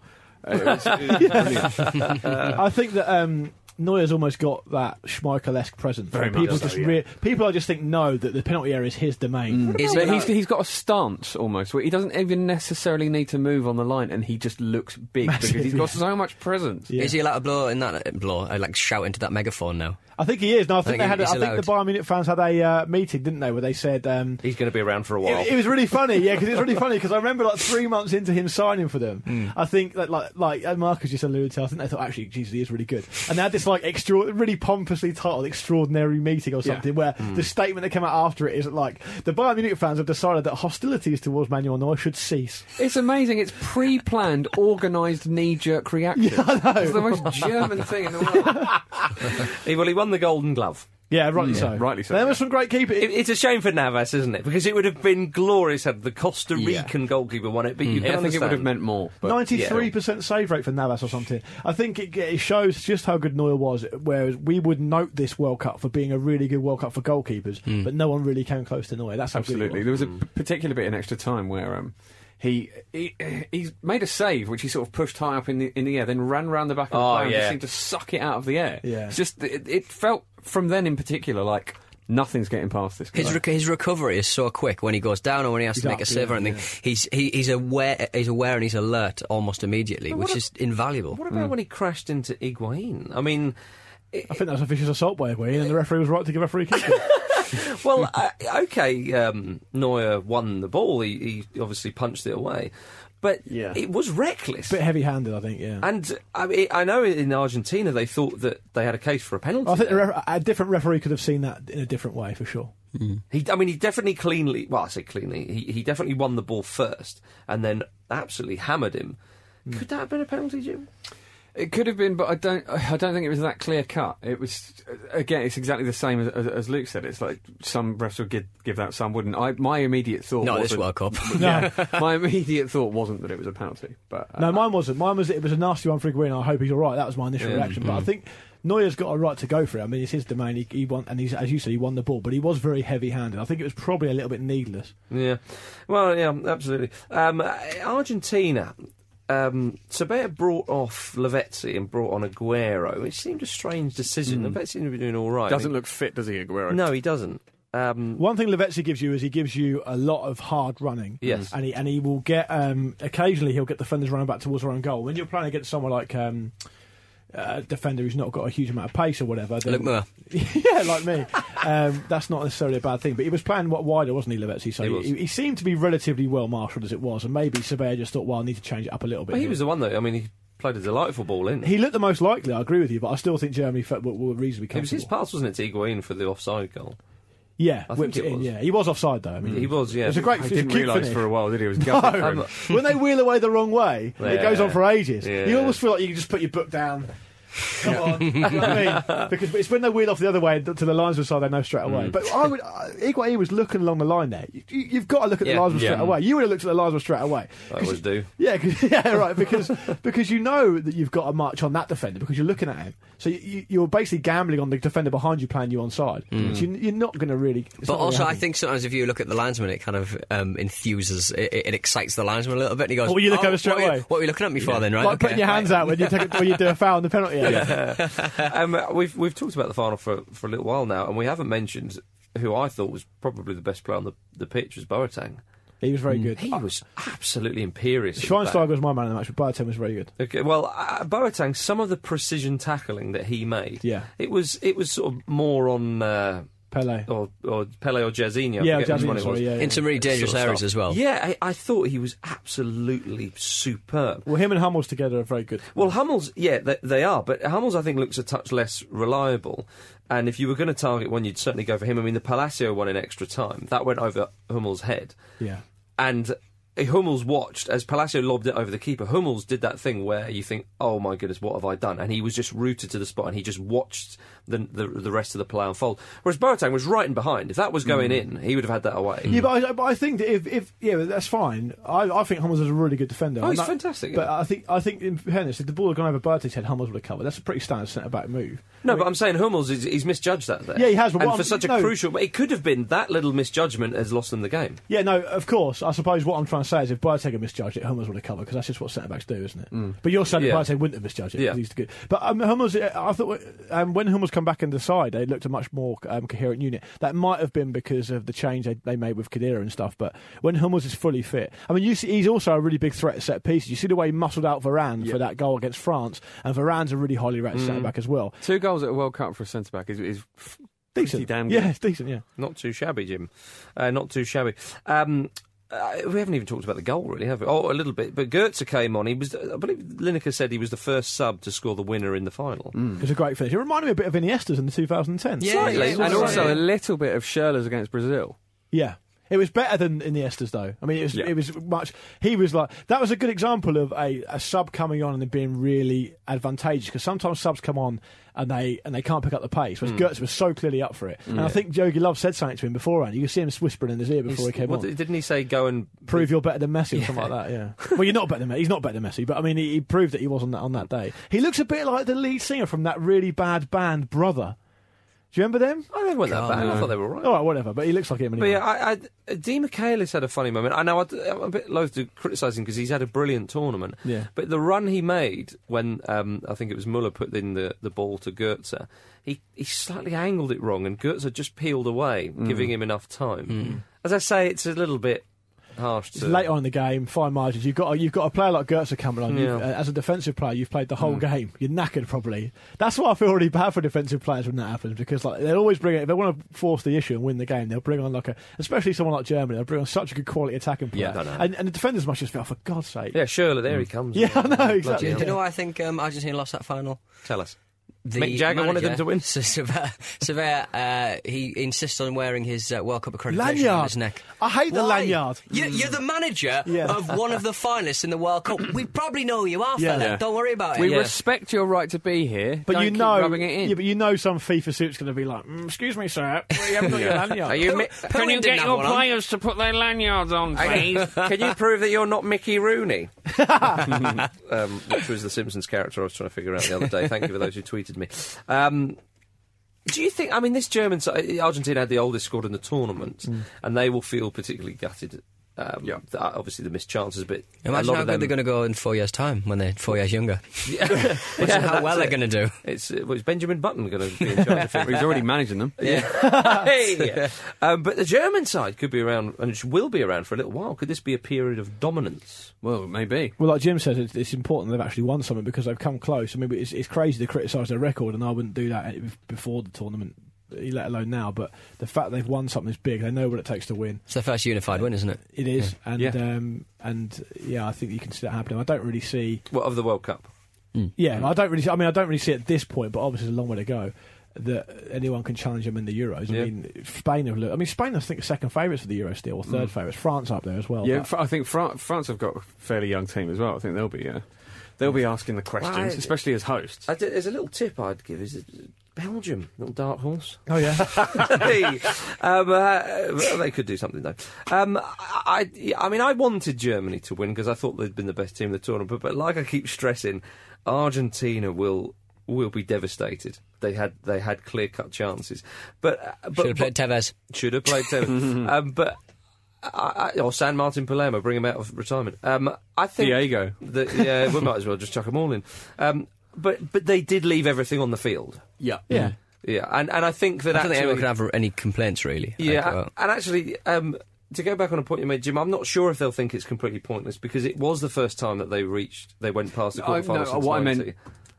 Uh, it was- it was brilliant. I think that um, Neuer's almost got that Schmeichel-esque presence. Very much people so, just yeah. Mm. re- people, I just think, know that the penalty area is his domain. Is But it- he's, he's got a stance almost where he doesn't even necessarily need to move on the line, and he just looks big because he's got so much presence. Yeah. Is he allowed to blow in that uh, blow? I like shout into that megaphone now. I think he is. No, I think think they had. A, I he's think the Bayern Munich fans had a uh, meeting, didn't they, where they said. Um, He's going to be around for a while. It, it was really funny, yeah, because it was really funny because I remember like three months into him signing for them, I think that like like and Marcus just alluded to, I think they thought actually Jesus he is really good, and they had this like extra really pompously titled extraordinary meeting or something where the statement that came out after it is that, like the Bayern Munich fans have decided that hostilities towards Manuel Neuer should cease. It's amazing. It's pre-planned, organised, knee-jerk reaction. It's the most German thing in the world. He- well, he won the Golden Glove. Yeah, rightly so. rightly so, There yeah. was some great keeping. It, it's a shame for Navas, isn't it? Because it would have been glorious had the Costa Rican goalkeeper won it. But Mm. you can I think it would have understand. meant more. But Ninety-three percent save rate for Navas or something. I think it, it shows just how good Neuer was. Whereas we would note this World Cup for being a really good World Cup for goalkeepers, but no one really came close to Neuer. That's how good he was. Hmm. Absolutely. There was a p- particular bit in extra time where um, he, he he's made a save which he sort of pushed high up in the in the air, then ran round the back of the Oh, player and yeah. just seemed to suck it out of the air. Yeah. It's just it, it felt from then in particular like Nothing's getting past this guy. His, rec- his recovery is so quick when he goes down or when he has He's to make up, a save or yeah, anything. yeah. He's he, he's aware he's aware and he's alert almost immediately, But which what is invaluable. What about when he crashed into Higuain? I mean, I think that was a vicious assault by Higuain, and the referee was right to give a free kick. well, I, okay, um, Neuer won the ball. He, he obviously punched it away, but Yeah. it was reckless. bit heavy-handed, I think. Yeah. and I, mean, I know in Argentina they thought that they had a case for a penalty. I think the there. ref- a different referee could have seen that in a different way for sure. He, I mean, he definitely cleanly. Well, I say cleanly. He, he definitely won the ball first, and then absolutely hammered him. Hmm. Could that have been a penalty, Jim? It could have been, but I don't. I don't think it was that clear cut. It was again. It's exactly the same as, as, as Luke said. It's like some refs would give, give that, some wouldn't. I, my immediate thought. Not Oh, this wasn't- World Cup. Yeah. my immediate thought wasn't that it was a penalty, but uh, No, mine wasn't. Mine was it was a nasty one for Higuain. I hope he's all right. That was my initial Yeah. reaction. Hmm. But I think Neuer's got a right to go for it. I mean, it's his domain. He, he won, and he's as you said, he won the ball, but he was very heavy-handed. I think it was probably a little bit needless. Yeah. Well, yeah, absolutely. Um, uh, Argentina. Um, Sabella brought off Lavezzi and brought on Aguero. It seemed a strange Hmm. decision. Lavezzi seemed to be doing all right. doesn't look fit, does he, Aguero? No, he doesn't. Um, One thing Lavezzi gives you is he gives you a lot of hard running. Yes. and he and he will get um, occasionally he'll get defenders running back towards their own goal. When you're playing against someone like um, a defender who's not got a huge amount of pace or whatever, then- Luke Moore. yeah, like me, um, that's not necessarily a bad thing. But he was playing what wider, wasn't he, Lavezzi? So He he, was. he, seemed to be relatively well marshalled as it was, and maybe Sabea just thought, well, I need to change it up a little bit. but he here. was the one that I mean, he played a delightful ball in. He looked the most likely. I agree with you, but I still think Germany felt, were, were reasonably it was comfortable. his pass, wasn't it, to Higuain for the offside goal? yeah, think whipped it it in. was. Mm. Yeah, he was offside though. I mean, He was, yeah. Um, It was a great. it I was a didn't cute realise finish. for a while that he was going No. when they wheel away the wrong way, it Yeah. goes on for ages. You Yeah. almost feel like you can just put your book down. Come on, you know what I mean? Because it's when they wheel off the other way th- to the linesman's side, they know straight away. Mm. But I would, uh, Higuain was looking along the line there. You, you- you've got to look at the Yeah. linesman Yeah. straight away. You would have looked at the linesman straight away. I 'Cause- always do. Yeah, 'cause- yeah, right. Because because you know that you've got a march on that defender because you're looking at him. So you- you, you're basically gambling on the defender behind you playing you onside. So you, you're not going to really. it's Mm. But not gonna also, I happen. think sometimes if you look at the linesman, it kind of um, enthuses, it, it it excites the linesman a little bit. And he goes, Oh, you look over straight what are you- away." What are you looking at me for then, right? like Okay, putting your hands right. out when you take a, when you do a foul in the penalty area. um, we've we've talked about the final for for a little while now, and we haven't mentioned who I thought was probably the best player on the, the pitch was Boateng. He was very good. Hmm. He Uh, was absolutely imperious. at the Schweinsteiger back. was my man in the match, but Boateng was very good. Okay, well, uh, Boateng, some of the precision tackling that he made, Yeah. it was it was sort of more on uh, Pele. or or Pele or Jairzinho. I yeah, forget which Jazzy, one it sorry, was. yeah, yeah. in some really dangerous Sort of areas stuff. as well. Yeah, I, I thought he was absolutely superb. well, him and Hummels together are very good. Well, Hummels, yeah, they, they are, but Hummels, I think, looks a touch less reliable. And if you were going to target one, you'd certainly go for him. I mean, the Palacio one in extra time that went over Hummels' head, Yeah. and Hummels watched as Palacio lobbed it over the keeper. Hummels did that thing where you think, "Oh my goodness, what have I done?" And he was just rooted to the spot, and he just watched the the, the rest of the play unfold. Whereas Boateng was right and behind. If that was going in, he would have had that away. Hmm. Yeah, but I, but I think that if, if yeah, but that's fine. I, I think Hummels is a really good defender. Oh, he's And that- fantastic, But yeah. I think I think in fairness, if the ball had gone over Boateng's head, Hummels would have covered. That's a pretty standard centre back move. No, but I'm saying Hummels is he's misjudged that there. Yeah, he has, but and what for I'm- such a no. crucial, it could have been that little misjudgment has lost them the game. Yeah, no, of course. I suppose what I'm trying to say is if Boateng had misjudged it, Hummels would have covered because that's just what centre backs do, isn't it? Mm. But you're saying that Yeah. Boateng wouldn't have misjudged it. 'cause Yeah. He's good. But um, Hummels, uh, I thought um, when Hummels come back in the side, they looked a much more um, coherent unit. That might have been because of the change they, they made with Kadira and stuff. But when Hummels is fully fit, I mean, you see, he's also a really big threat at set pieces. You see the way he muscled out Varane for that goal against France, and Varane's a really highly Mm. rated centre back as well. two goals at a World Cup for a centre back is, is f- Decent, pretty damn good. yeah, it's decent, yeah. Not too shabby, Jim. Uh, not too shabby. Um, uh, we haven't even talked about the goal, really, have we? Oh, a little bit. But Goetze came on. He was, I believe, Lineker said he was the first sub to score the winner in the final. Mm. It was a great finish. It reminded me a bit of Iniesta's in the 2010s. Yeah, Slightly, yeah, and yeah. also a little bit of Schürrle's against Brazil. Yeah. It was better than in the Esters, though. I mean, it was Yeah. it was much. He was like that was a good example of a, a sub coming on and it being really advantageous because sometimes subs come on and they and they can't pick up the pace. Whereas Gertz was so clearly up for it, and I think Yogi Love said something to him beforehand. You could see him whispering in his ear before he came What- on. Didn't he say go and Prove you're better than Messi or something like that. Yeah. well, you're not better than Messi. He's not better than Messi, but I mean, he, he proved that he was on that on that day. He looks a bit like the lead singer from that really bad band, Brother. Do you remember them? Oh, they weren't that bad. I No. thought they were all right. All right, whatever. But he looks like him But anyway. yeah, I, I, Di Michaelis had a funny moment. I know I, am a bit loath to criticise him because he's had a brilliant tournament. Yeah. But the run he made when um, I think it was Muller put in the, the ball to Goetze, he, he slightly angled it wrong and Goetze just peeled away, Mm. giving him enough time. As I say, it's a little bit harsh It's to. late on in the game, fine margins. You've got a, you've got a player like Gertzer coming on. You've- Yeah. uh, as a defensive player, you've played the whole game. You're knackered probably. That's why I feel really bad for defensive players when that happens because like they'll always bring it. If they want to force the issue and win the game, they'll bring on like a, especially someone like Germany. They'll bring on such a good quality attacking player, Yeah, I know. and, and the defenders must just feel "Oh, for God's sake. Yeah, Shirley, there he comes. Mm. Yeah, I know, Bloody exactly. Do hell. you know why I think um, Argentina lost that final? Tell us. The Mick Jagger wanted them to win. Surveyor, Surveyor uh, he insists on wearing his uh, World Cup accreditation on Lanyard. his neck. I hate the Why? lanyard. You, you're the manager Yeah. of one of the finalists in the World Cup. We probably know who you are, Yeah. fella. Yeah. Don't worry about it. We Yeah. respect your right to be here, But Don't you keep know, rubbing it in. yeah, but you know, some FIFA suit's going to be like, mm, "Excuse me, sir, you haven't got your lanyard." Are you, Mi- Poo- Poo didn't have one on. to put their lanyards on, please? can you prove that you're not Mickey Rooney? um, which was the Simpsons character I was trying to figure out the other day. Thank you for those who tweeted me. Um, do you think? I mean, this German side, Argentina had the oldest squad in the tournament, and they will feel particularly gutted. Um, Yeah. that- obviously the missed chances, but a Imagine lot how of good them. they're going to go in four years' time when they're four years younger. yeah, Imagine how well that's they're it. going to do. It's uh, well, it's Benjamin Button going to be in charge of it. He's already managing them. Hey! um, but the German side could be around and will be around for a little while. Could this be a period of dominance? Well, maybe. Well, like Jim says, it's, it's important they've actually won something because they've come close. I mean, it's, it's crazy to criticise their record, and I wouldn't do that any- before the tournament, let alone now. But the fact they've won something is big. They know what it takes to win. It's their first unified win, isn't it? It is, and Yeah. Um, and yeah, I think you can see that happening. I don't really see. What of the World Cup? Yeah, I don't really. See, I mean, I don't really see at this point, but obviously, there's a long way to go. That anyone can challenge them in the Euros. I Yeah. mean, Spain have. looked- I mean, Spain, I think, are second favourites for the Euro still, or third favourites. France up there as well. Mm. Yeah, but- fr- I think Fran- France have got a fairly young team as well. I think they'll be, yeah. They'll be asking the questions, Right. especially as hosts. I did, there's a little tip I'd give. Is it Belgium, little dark horse. oh yeah. um, uh, they could do something though. Um, I, I- I mean, I wanted Germany to win because I thought they'd been the best team in the tournament. But, but like I keep stressing, Argentina will will be devastated. They had they had clear cut chances, but uh, Should but, have played Tevez. should have played Tevez. um, but I, I, or San Martin Palermo, bring him out of retirement. Um, I think Diego. that- yeah, we might as well just chuck them all in. Um, but but they did leave everything on the field. yeah. Yeah. Yeah, and, and I think that I don't think actually, anyone can have any complaints, really. yeah, Like, well, and actually, um, to go back on a point you made, Jim, I'm not sure if they'll think it's completely pointless because it was the first time that they reached, they went past the I, quarterfinals. no, since what I 90. meant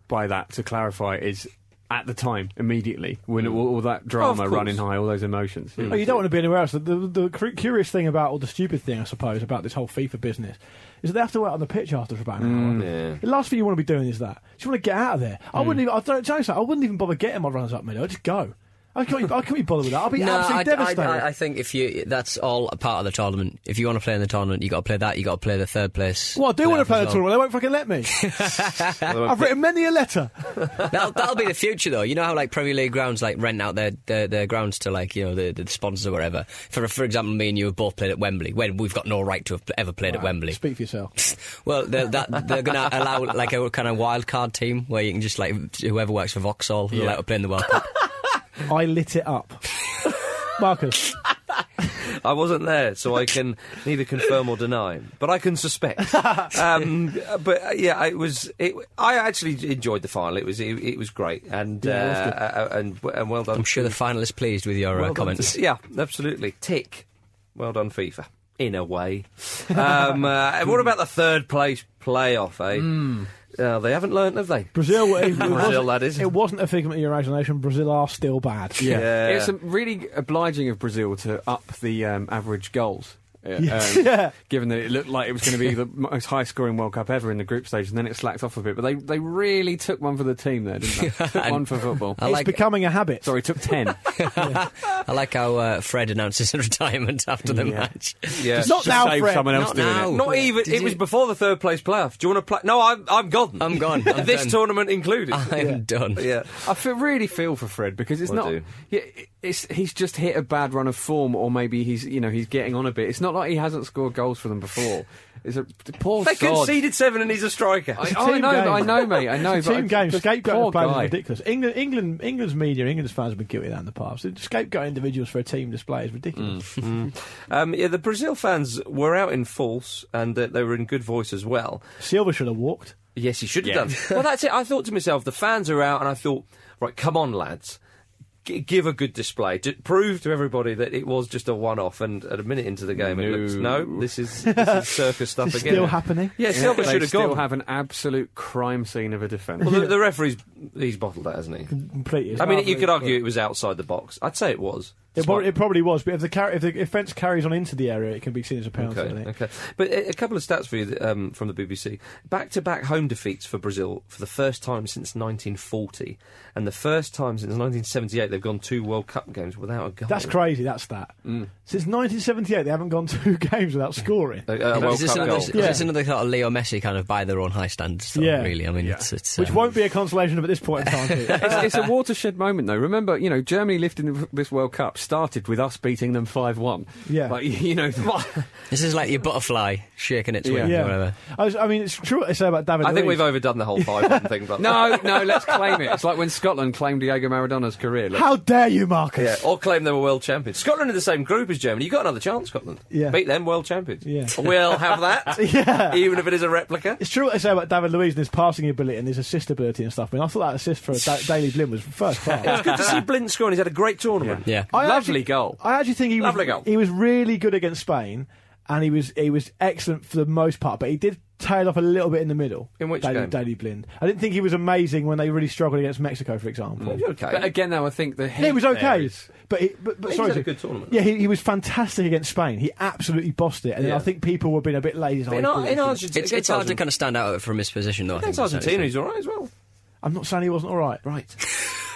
by that, to clarify, is at the time, immediately, when all, all that Of drama course. running high, all those emotions. Oh, you don't want to be anywhere else. The, the, the cur- curious thing about, or the stupid thing, I suppose, about this whole FIFA business is that they have to wait on the pitch after about an hour. yeah. The last thing you want to be doing is that. You just want to get out of there. Mm. I wouldn't even. I don't tell you something, I wouldn't even bother getting my runners up middle. I just go. I can't. be- I can't be bothered with that. I'll be absolutely I, devastated. I, I think if you that's all a part of the tournament. If you want to play in the tournament, you got to play that. You got to play the third place. well, I do want to playoff play the as well. tournament. They won't fucking let me. I've written many a letter. that'll, that'll be the future, though. You know how like Premier League grounds like rent out their their, their grounds to like you know the, the sponsors or whatever. For for example, me and you have both played at Wembley. When we've got no right to have ever played at Wembley. Speak for yourself. Well, they're, that, they're going to allow like a kind of wild card team where you can just like whoever works for Vauxhall will let to play in the World Cup. I lit it up. Marcus, I wasn't there, so I can neither confirm or deny, but I can suspect. Um, but uh, yeah, it was. It, I actually enjoyed the final. It was. It, it was great, and Yeah, it was good. uh, uh, and and well done. I'm sure the finalists pleased with your uh, comments. Yeah, absolutely. Tick. Well done, FIFA. In a way. um, uh, and what about the third place playoff, eh? Hmm. Uh, they haven't learnt, have they? Brazil. It, it wasn't, that is. It wasn't a figment of your imagination. Brazil are still bad. Yeah. Yeah. It's um, really obliging of Brazil to up the um, average goals. uh, Yes. um, Yeah. Given that it looked like it was going to be the most high scoring World Cup ever in the group stage, and then it slacked off a bit. But they, they really took one for the team there, didn't they? took one for football. I It's like becoming a habit. Sorry, took 10. I like how uh, Fred announces his retirement after the Yeah. match. Yeah. Not Just now, save Fred. someone else Not doing now. it. Not Did even. It you- was before the third place playoff. Do you want to play? No, I'm, I'm gone. I'm gone. I'm this done. tournament included. I am done. yeah. I feel, really feel for Fred because it's I not. do. Yeah, it- it's he's just hit a bad run of form, or maybe he's you know he's getting on a bit. It's not like he hasn't scored goals for them before. It's a poor They sod. conceded seven and he's a striker. I, It's a oh, I team know, game. I know, mate. I know. It's a but team I- game. just Scapegoating poor of players guy. is ridiculous. England, England, England's media, England's fans have been guilty of that in the past. Scapegoating individuals for a team display is ridiculous. Um, yeah, the Brazil fans were out in force and uh, they were in good voice as well. Silva should have walked. Yes, he should have done. well, that's it. I thought to myself, the fans are out, and I thought, right, come on, lads. G- give a good display to prove to everybody that it was just a one-off. And at a minute into the game, it looks no, this is, this is circus stuff It's again. still happening. Yeah, Silva They should have still gone. have an absolute crime scene of a defence. well, the, the referee's he's bottled that, hasn't he? Completely. I mean, you could argue it was outside the box. I'd say it was. It, prob- it probably was, but if the, car- if the if fence carries on into the area, it can be seen as a penalty. I Okay, think. okay. But a, a couple of stats for you um, from the BBC. Back-to-back home defeats for Brazil for the first time since 1940, and the first time since 1978 they've gone two World Cup games without a goal. That's crazy. That's that. Mm. Since 1978, they haven't gone two games without scoring. A, a uh, World Is this Cup another, goal. is Yeah. this another sort of Leo Messi kind of by their own high standards? Though, Yeah. really. I mean, it's, it's Which um, won't be a consolation at this point in time. Pete. it's, it's a watershed moment, though. Remember, you know, Germany lifting th- this World Cup started with us beating them five-one. Yeah. like, you know, This is like your butterfly shaking its wings yeah, or whatever. I, was, I mean, it's true what they say about David. I think Luiz. we've overdone the whole five-one thing, but no, no. Let's claim it. It's like when Scotland claimed Diego Maradona's career. Let's- How dare you, Marcus? Yeah, or claim they were world champions. Scotland in the same group as Germany. You got another chance, Scotland. Yeah. Beat them world champions. Yeah. We'll have that. Yeah. Even if it is a replica. It's true what they say about David Luiz and his passing ability and his assist ability and stuff. I mean, I thought that assist for da- Daily Blim was first class. Good to see Blint scoring. He's had a great tournament. Yeah. I Lovely actually- goal. I actually think he was, Lovely goal. he was really good against Spain, and he was he was excellent for the most part. But he did tail off a little bit in the middle. In which Daily, game? Daily Blind. I didn't think he was amazing when they really struggled against Mexico, for example. Mm. Okay. But again, though, I think the Yeah, heat It was there okay, is- but, he, but, but He's sorry, had a to- good tournament. Yeah, he, he was fantastic against Spain. He absolutely bossed it, and then Yeah. I think people were being a bit lazy. But in, Oh, Ar- in Argentina, It's, it's hard to kind of stand out from his position, though. I think Against that's Argentina, actually- he's all right as well. I'm not saying he wasn't all right. Right.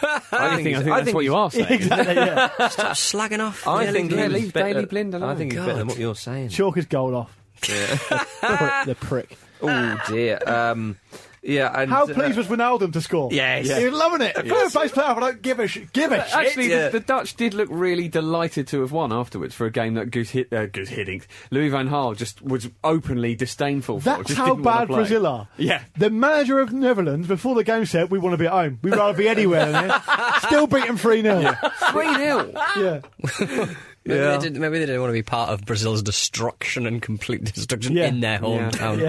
I think, I think that's what you are saying. exactly. Yeah. Stop slagging off. I Yeah, think leave- yeah, he's leave better- Daily Blind I alone. think he's God. better than what you're saying. Chalk his goal off. the prick. oh dear. Um, yeah. And, How uh, pleased was Ronaldo to score? Yes. he was loving it. Third place player, I don't give a sh- give a shit. Actually, Yeah. the, the Dutch did look really delighted to have won afterwards for a game that Goose hit, uh, Goose hitting Louis van Gaal just was openly disdainful. for, That's just how didn't wanna bad play. Brazil are. Yeah. The manager of Netherlands, before the game said, we want to be at home. We'd rather be anywhere than here. Still beating 3 0. Yeah. Three 0 yeah. Maybe, they didn't, maybe they didn't want to be part of Brazil's destruction and complete destruction Yeah. in their hometown.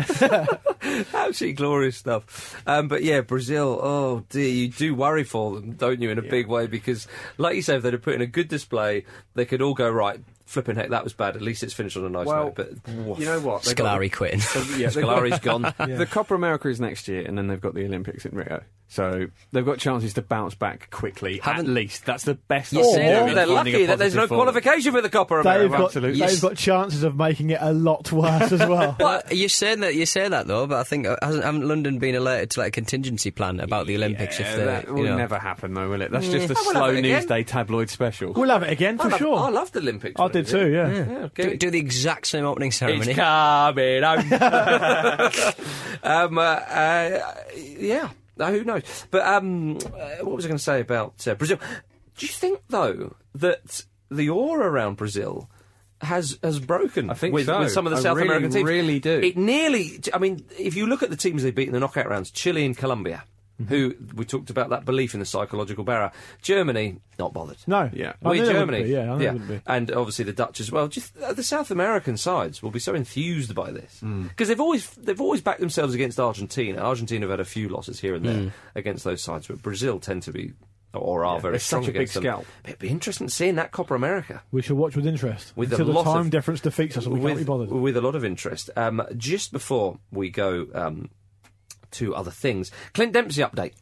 Absolutely glorious stuff. Um, but yeah, Brazil, oh dear, you do worry for them, don't you, in a big way? Because, like you say, if they'd have put in a good display, they could all go, right, flipping heck, that was bad. At least it's finished on a nice Well, note. But woof. You know what? They got- Scolari quitting. So, yeah, they've got- Scolari's gone. The Copper America is next year, and then they've got the Olympics in Rio. So they've got chances to bounce back quickly. at Haven't- least that's the best. You I can said- do Or in they're finding lucky a that there's no positive forward. qualification for the Copper They've, America. got, absolutely. they've Yes. got chances of making it a lot worse as well. Well, you say that you say that though, but I think uh, hasn't haven't London been alerted to like a contingency plan about the Olympics Yeah, if they, that you will know, never happen, though, will it? That's just Mm. a I will have slow it again. newsday tabloid special. We'll have it again, I for love- sure. I loved the Olympics. I when did it was too, yeah. in. Yeah, okay. do, do the exact same opening ceremony? It's coming home. um, uh, uh, yeah, Uh, who knows? But um, uh, what was I going to say about uh, Brazil? Do you think though that the aura around Brazil? Has has broken. I think with, so. with some of the I South really, American teams. really do. It nearly. I mean, if you look at the teams they beat in the knockout rounds, Chile and Colombia, Mm-hmm. who we talked about that belief in the psychological barrier. Germany, not bothered. No. Yeah. I We're knew they wouldn't Germany. be, Yeah, I knew they wouldn't be. And obviously the Dutch as well. Do you th- uh, the South American sides will be so enthused by this Hmm. because they've always they've always backed themselves against Argentina. Argentina have had a few losses here and there Hmm. against those sides, but Brazil tend to be or are very it's strong such a big against them. scalp. It'd be interesting seeing that Copper America. We shall watch with interest With a until the lot time of- difference defeats us and we can't be bothered. with a lot of interest. Um, just before we go um, to other things, Clint Dempsey update.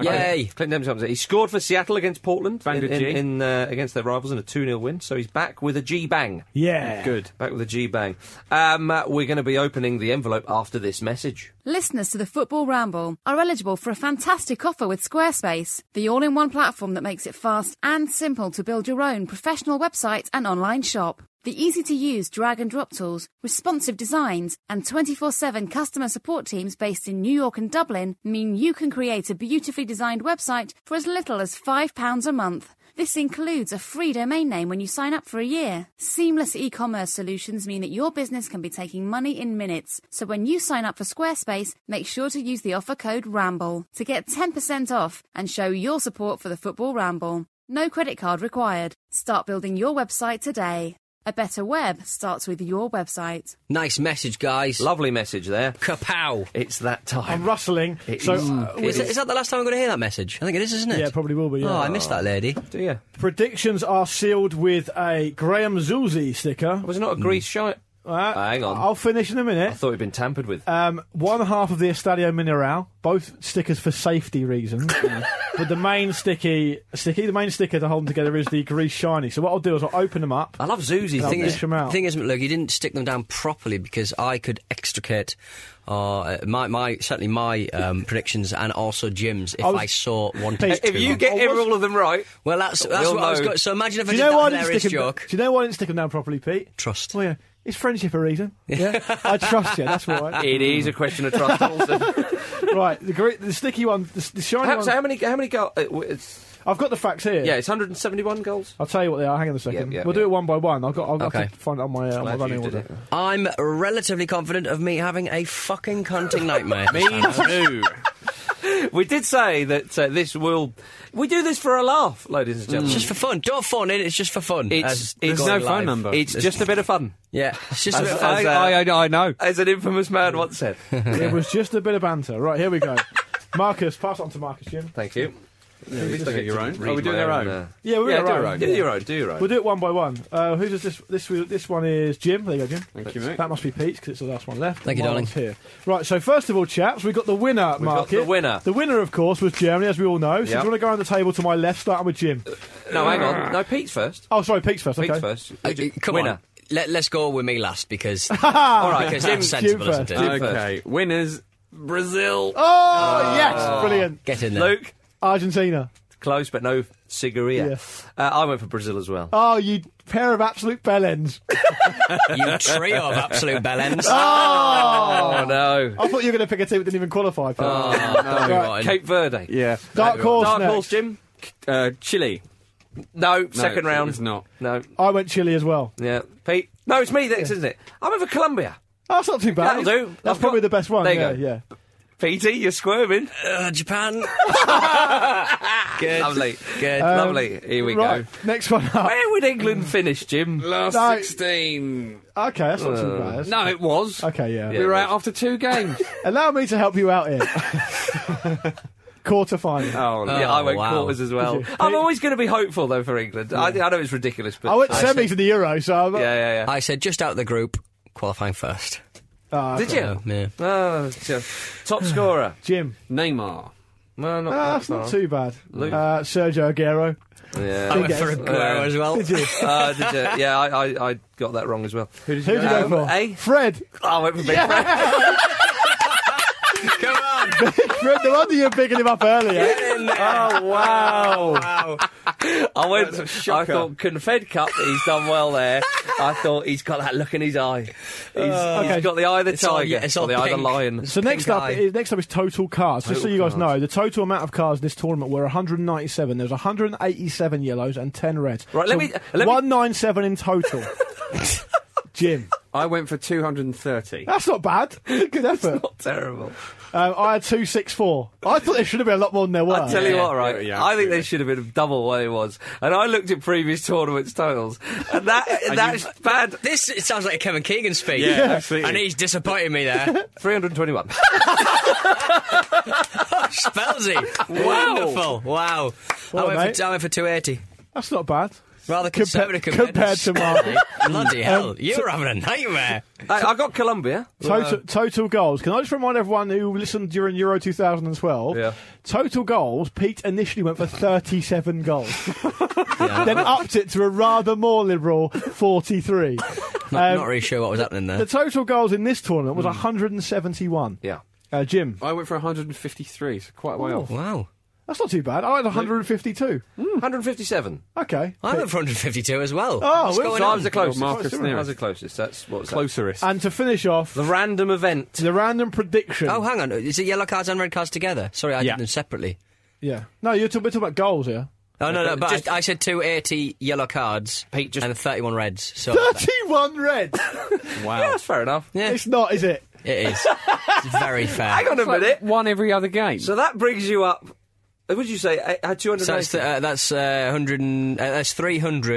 Yay. Clint Dempsey update. He scored for Seattle against Portland Banged in, a G. in, in, uh, against their rivals in a 2 0 win, so he's back with a G bang. Yeah. Good. Back with a G bang. Um, uh, we're going to be opening the envelope after this message. Listeners to the Football Ramble are eligible for a fantastic offer with Squarespace, the all in one platform that makes it fast and simple to build your own professional website and online shop. the easy to use drag and drop tools, responsive designs, and 24 7 customer support teams based in New York and Dublin mean you can create a beautifully designed website for as little as £5 a month. This includes a free domain name when you sign up for a year. Seamless e commerce solutions mean that your business can be taking money in minutes. So when you sign up for Squarespace, make sure to use the offer code RAMBLE to get 10% off and show your support for the Football Ramble. No credit card required. Start building your website today. A better web starts with your website. Nice message, guys. Lovely message there. Kapow. It's that I'm time. rustling. It so, is- uh, it Is, that- is that the last time I'm going to hear that message? I think it is, isn't it? yeah, probably will be. Yeah. Oh, I missed that lady. Do you? Predictions are sealed with a Graham Zulzi sticker. Was it not a grease shite? Uh, Hang on. I'll finish in a I minute. thought it'd been tampered with. Um, one half of the Estadio Mineral, both stickers for safety reasons. but the main sticky, sticky, the main sticker to hold them together is the grease shiny. So what I'll do is I'll open them up. I love Zuzi. I'll thing dish is, them out. thing is, look, you didn't stick them down properly because I could extricate uh, my, my certainly my um, predictions and also Jim's if I, I was- saw one. Pete, too If you much. get I was- all of them right, well, that's that's We'll what I was know. going. So imagine if do I you did know that why I didn't hilarious stick 'em- joke. Do you know why I didn't stick them down properly, Pete? Trust. Well, yeah, it's friendship a reason. Yeah, I trust you. That's why. it is a question of trust. Also, right, the, gre- the sticky one, the, s- the shiny how, one. so how many? How many uh, goals? It's, I've got the facts here. yeah, it's 171 goals. I'll tell you what they are. Hang on a second. Yeah, yeah, we'll yeah. do it one by one. I've got. I've got Okay. to find it on my, uh, on my Glad you running did order. it. I'm relatively confident of me having a fucking cunting nightmare. We did say that uh, this will. We do this for a laugh, ladies and gentlemen. It's just for fun. Don't phone in. It's just for fun. It's, As it's going no live. phone number. It's just a bit of fun, Yeah, it's just a As- bit of as, fun. uh, I, I, I know. as an infamous man once said. It was just a bit of banter. Right, here we go. Marcus, pass it on to Marcus, Jim. Thank you. do your own. Read Are we doing my our own? uh, Yeah, we're yeah, all do right. your own. Do your own. Do your own. We'll do it one by one. Uh, who does this? This this one is Jim. There you go, Jim. Thank you, mate. That must be Pete's because it's the last one left. And Thank you, my darling. one's Here. Right. So first of all, chaps, we got the winner. got market. the winner. The winner, of course, was Germany, as we all know. Yep. So do you want to go around the table to my left, starting with Jim? No, hang on. No, Pete's first. Oh, sorry, Pete's first. Pete's okay. first. Uh, come Winner. on. Let, let's go with me last because All right, because Jim. that's sensible, isn't first. it? first. Okay, winners Brazil. Oh, yes, brilliant. Get in there. Luke, Argentina. close but no cigaria. Yes. Uh, I went for Brazil as well. Oh, you pair of absolute bellends. You trio of absolute bellends. Oh no, Oh, I thought you were going to pick a team that didn't even qualify. For Ah. Don't be Right. rotten. Cape Verde. Yeah. Dark horse. Dark next. horse, Jim. Uh, Chile. No, No, second it round. was not. No, I went Chile as well. yeah, Pete. No, it's me next, isn't it? I'm over Colombia. Oh, that's not too bad. That'll do. That's I've probably got- the best one. There you yeah, go. yeah. Petey, you're squirming. Uh, Japan. Good. Lovely. Good. Um, Lovely. Here we right, go. next one up. Where would England finish, Jim? Last No. 16. Okay, that's not too bad. That's- No, it was. Okay, yeah. We were out after two games. Allow me to help you out here. Quarter final. oh, no. yeah, I went wow. quarters as well. Did you? I'm always going to be hopeful though for England. I, I know it's ridiculous, but I went yeah, semis in the Euro, so I'm, yeah, yeah. I said just out of the group, qualifying first. Ah, Did you? Oh, yeah. Oh, so- top scorer. Jim. Neymar. No, not Ah, that that's not far. too bad. Uh, Sergio Aguero. Yeah. I went for Aguero Uh, as well. Did you? Uh, did you? Yeah, I, I, I got that wrong as well. Who Who did you go Um, for? eh? Fred. I went for Big Fred. Come on. Fred, no wonder you're picking him up earlier. Oh, wow. wow. I went. I thought Confed Cup. He's done well there. I thought he's got that look in his eye. He's, okay. he's got the eye of the It's all- tiger. yeah, it's or all the eye of the pink. lion. So next up, eye. is, next up is total cars. Just so Total you guys cars. know, the total amount of cars this tournament were 197. There was 187 yellows and 10 reds. Right, let So me- uh, let me- 197 in total. Jim, I went for 230. that's not bad. Good effort. Not terrible. Um, I had two six four. I thought there should have been a lot more than there were. I tell you Yeah. what, right? Yeah, yeah, I think absolutely. there should have been double what it was. And I looked at previous tournaments totals, and that that's bad. This it sounds like a Kevin Keegan speech. Yeah, Yeah. absolutely. And he's disappointed me there. Three hundred twenty-one. Spelzy. Wonderful. Wow. Well, I, went mate. for, I went for 280. That's not bad. Rather Compa- conservative compared, compared to Marvel. Bloody hell. you were having a nightmare. I, I got Colombia. uh, Total, total goals. Can I just remind everyone who listened during Euro 2012? Yeah. Total goals. Pete initially went for 37 goals, then upped it to a rather more liberal 43. Not, Um, not really Hmm. sure what was happening The there. total goals in this tournament was 171. Yeah. Uh, Jim. I went for 153, so quite a way off. Wow. That's not too bad. I had 152. 157. Okay. I'm at 452 as well. Oh, What's we're going So I on? was the closest. Well, Marcus I was nearest. the closest. That's what's that? Closerist. And to finish off, The random event. the random prediction. Oh, hang on. Is it yellow cards and red cards together? Sorry, I Yeah. did them separately. yeah. No, you're talking, we're talking about goals here. Oh, no, no, but Uh, Just- I, I said 280 yellow cards Pete, just- and 31 reds. So 31 reds. wow. Yeah, that's fair enough. yeah, it's not, is it? it is. It's very fair. Hang on a minute. One every other game. So that brings you up. What did you say? I had 200. So that's, uh, that's, uh, 100 and, uh, that's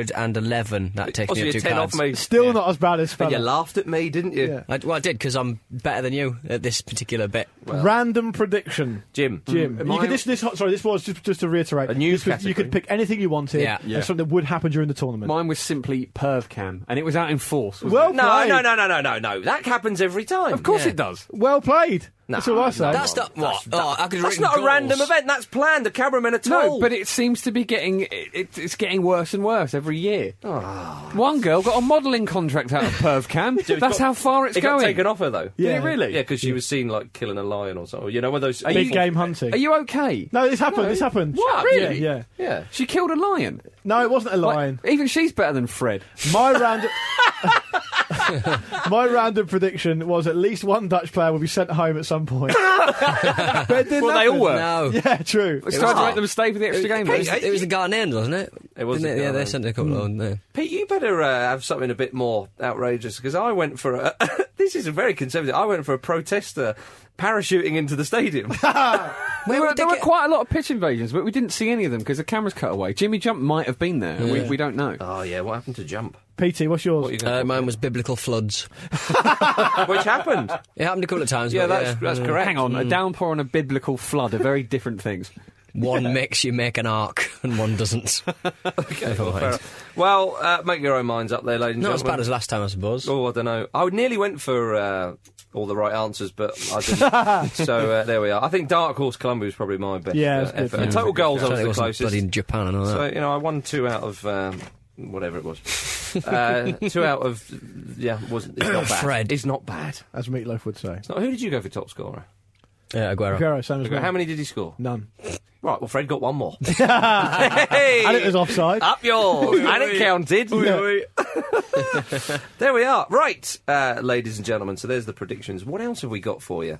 311. That takes me Oh, you're up two 10 cards. off me. Still not as bad as But you Fella. laughed at me, didn't you? Yeah. I, well, I did because I'm better than you at this particular bit. Random prediction. Jim. Jim, Am you I- could, this, this, sorry, this was just, just to reiterate. A news you could, you category. could pick anything you wanted, Yeah. Yeah. and something that would happen during the tournament. Mine was simply Pervcam, and it was out in force. wasn't well it? No, played. no, no, no, no, no, no. That happens every time. of course yeah. it does. Well played. Nah, That's all I say. That's not what. oh, I could have That's written not a goals. random event. That's planned. The cameramen are told. No, but it seems to be getting it, it's getting worse and worse every year. One girl got a modelling contract out of Pervcam. Dude, That's got- how far it's it going. got taken off her though. Did Yeah. it really? Yeah, because she was seen like killing a lion or something. You know, one of those Big awful- game hunting. Are you okay? no, this happened. This happened. What? Really? Yeah, yeah. Yeah. She killed a lion. No, it wasn't a Like, lion. even she's better than Fred. My random. My random prediction was at least one Dutch player will be sent home at some point. but it didn't Well, they all happen. were. No. Yeah, true. It's time to was- make them stay for the extra game. It was, though. it was the Ghanaians, wasn't it? It was the Didn't Hmm. Yeah, they Ghanaians. sent a couple on there. Pete, you better uh, have something a bit more outrageous because I went for a. this is very conservative. I went for a protester parachuting into the stadium. Where There, were, would they there were get- quite a lot of pitch invasions, but we didn't see any of them because the cameras cut away. Jimmy Jump might have been there. We, we don't know. oh yeah, what happened to jump? PT, what's yours? you Uh, mine was biblical floods. Which happened? It happened a couple of times. Yeah, but that's that's correct. Hang on, a downpour and a biblical flood are very different things. One makes you make an arc, and one doesn't. okay, Never mind. Well, uh, make your own minds up there, ladies. and Not as gentlemen. bad as last time, I suppose. Oh, I don't know. I nearly went for uh, all the right answers, but I didn't. so uh, there we are. I think Dark Horse Columbia was probably my best Yeah, it was uh, good. effort. Yeah. And total goals, I Certainly was the wasn't closest. Bloody in Japan and all that. So you know, I won two out of um, whatever it was. Uh, two out of yeah, wasn't it's not bad. Fred. it's not bad. As Meatloaf would say. It's not. Who did you go for top scorer? yeah, Aguero. Guerrero, same as me. How many did he score? None. Right, well, Fred got one more. Hey! And it was offside. Up yours, and it counted. there we are. Right, uh, ladies and gentlemen. So there's the predictions. What else have we got for you?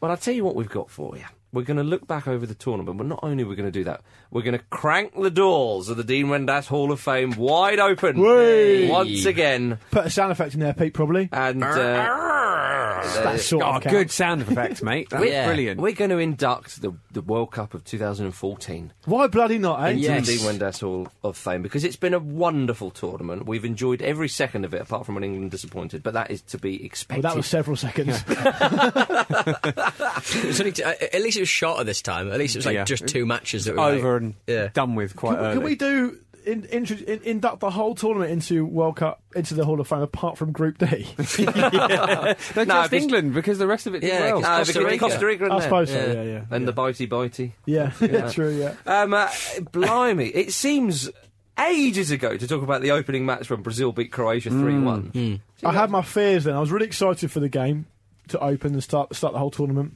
Well, I'll tell you what we've got for you. We're going to look back over the tournament, but not only are we going to do that, we're going to crank the doors of the Dean Rendas Hall of Fame wide open Whey! once again. Put a sound effect in there, Pete, probably. And uh, That sort Oh, of count. good sound effect, mate. That was Yeah. brilliant. we're going to induct the, the World Cup of 2014 Why bloody not, eh? into Yes. the Dean Wendas Hall of Fame because it's been a wonderful tournament. We've enjoyed every second of it, apart from when England disappointed, but that is to be Well, expected. Oh, that was several seconds. It's only t- uh, at least it was shorter this time. At least it was like Yeah. just two matches that were Over like- and yeah. done with quite Can we- early. Can we do in, intro in, induct the whole tournament into World Cup into the Hall of Fame apart from Group D? No, No, just because- England because the rest of it did Yeah, well. because Uh, Costa because- Rica. Costa Rica in I there. suppose so. Yeah, yeah. And the bitey bitey. Yeah, true. Yeah. Um, uh, blimey, it seems ages ago to talk about the opening match when Brazil beat Croatia Mm. 3 1. I had my fears then. I was really excited for the game to open and start start the whole tournament.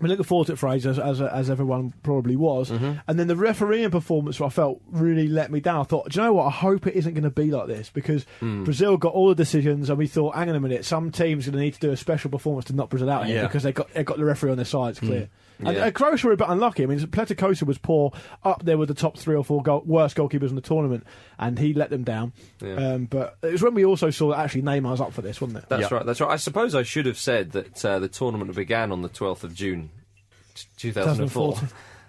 I mean, looking forward to it for ages, as, as, as everyone probably was. Mm-hmm. And then the refereeing performance, I felt, really let me down. I thought, do you know what? I hope it isn't going to be like this because Hmm. Brazil got all the decisions, and we thought, hang on a minute, some team's going to need to do a special performance to knock Brazil out here Yeah. because they got they got the referee on their side. It's clear. And Hmm. Yeah. uh, Croatia were a bit unlucky. I mean, Pleticosa was poor, up there with the top three or four goal, worst goalkeepers in the tournament, and he let them down. Yeah. Um, but it was when we also saw that actually Neymar's up for this, wasn't it? That's right, that's right. I suppose I should have said that uh, the tournament began on the 12th of June. t- 2004.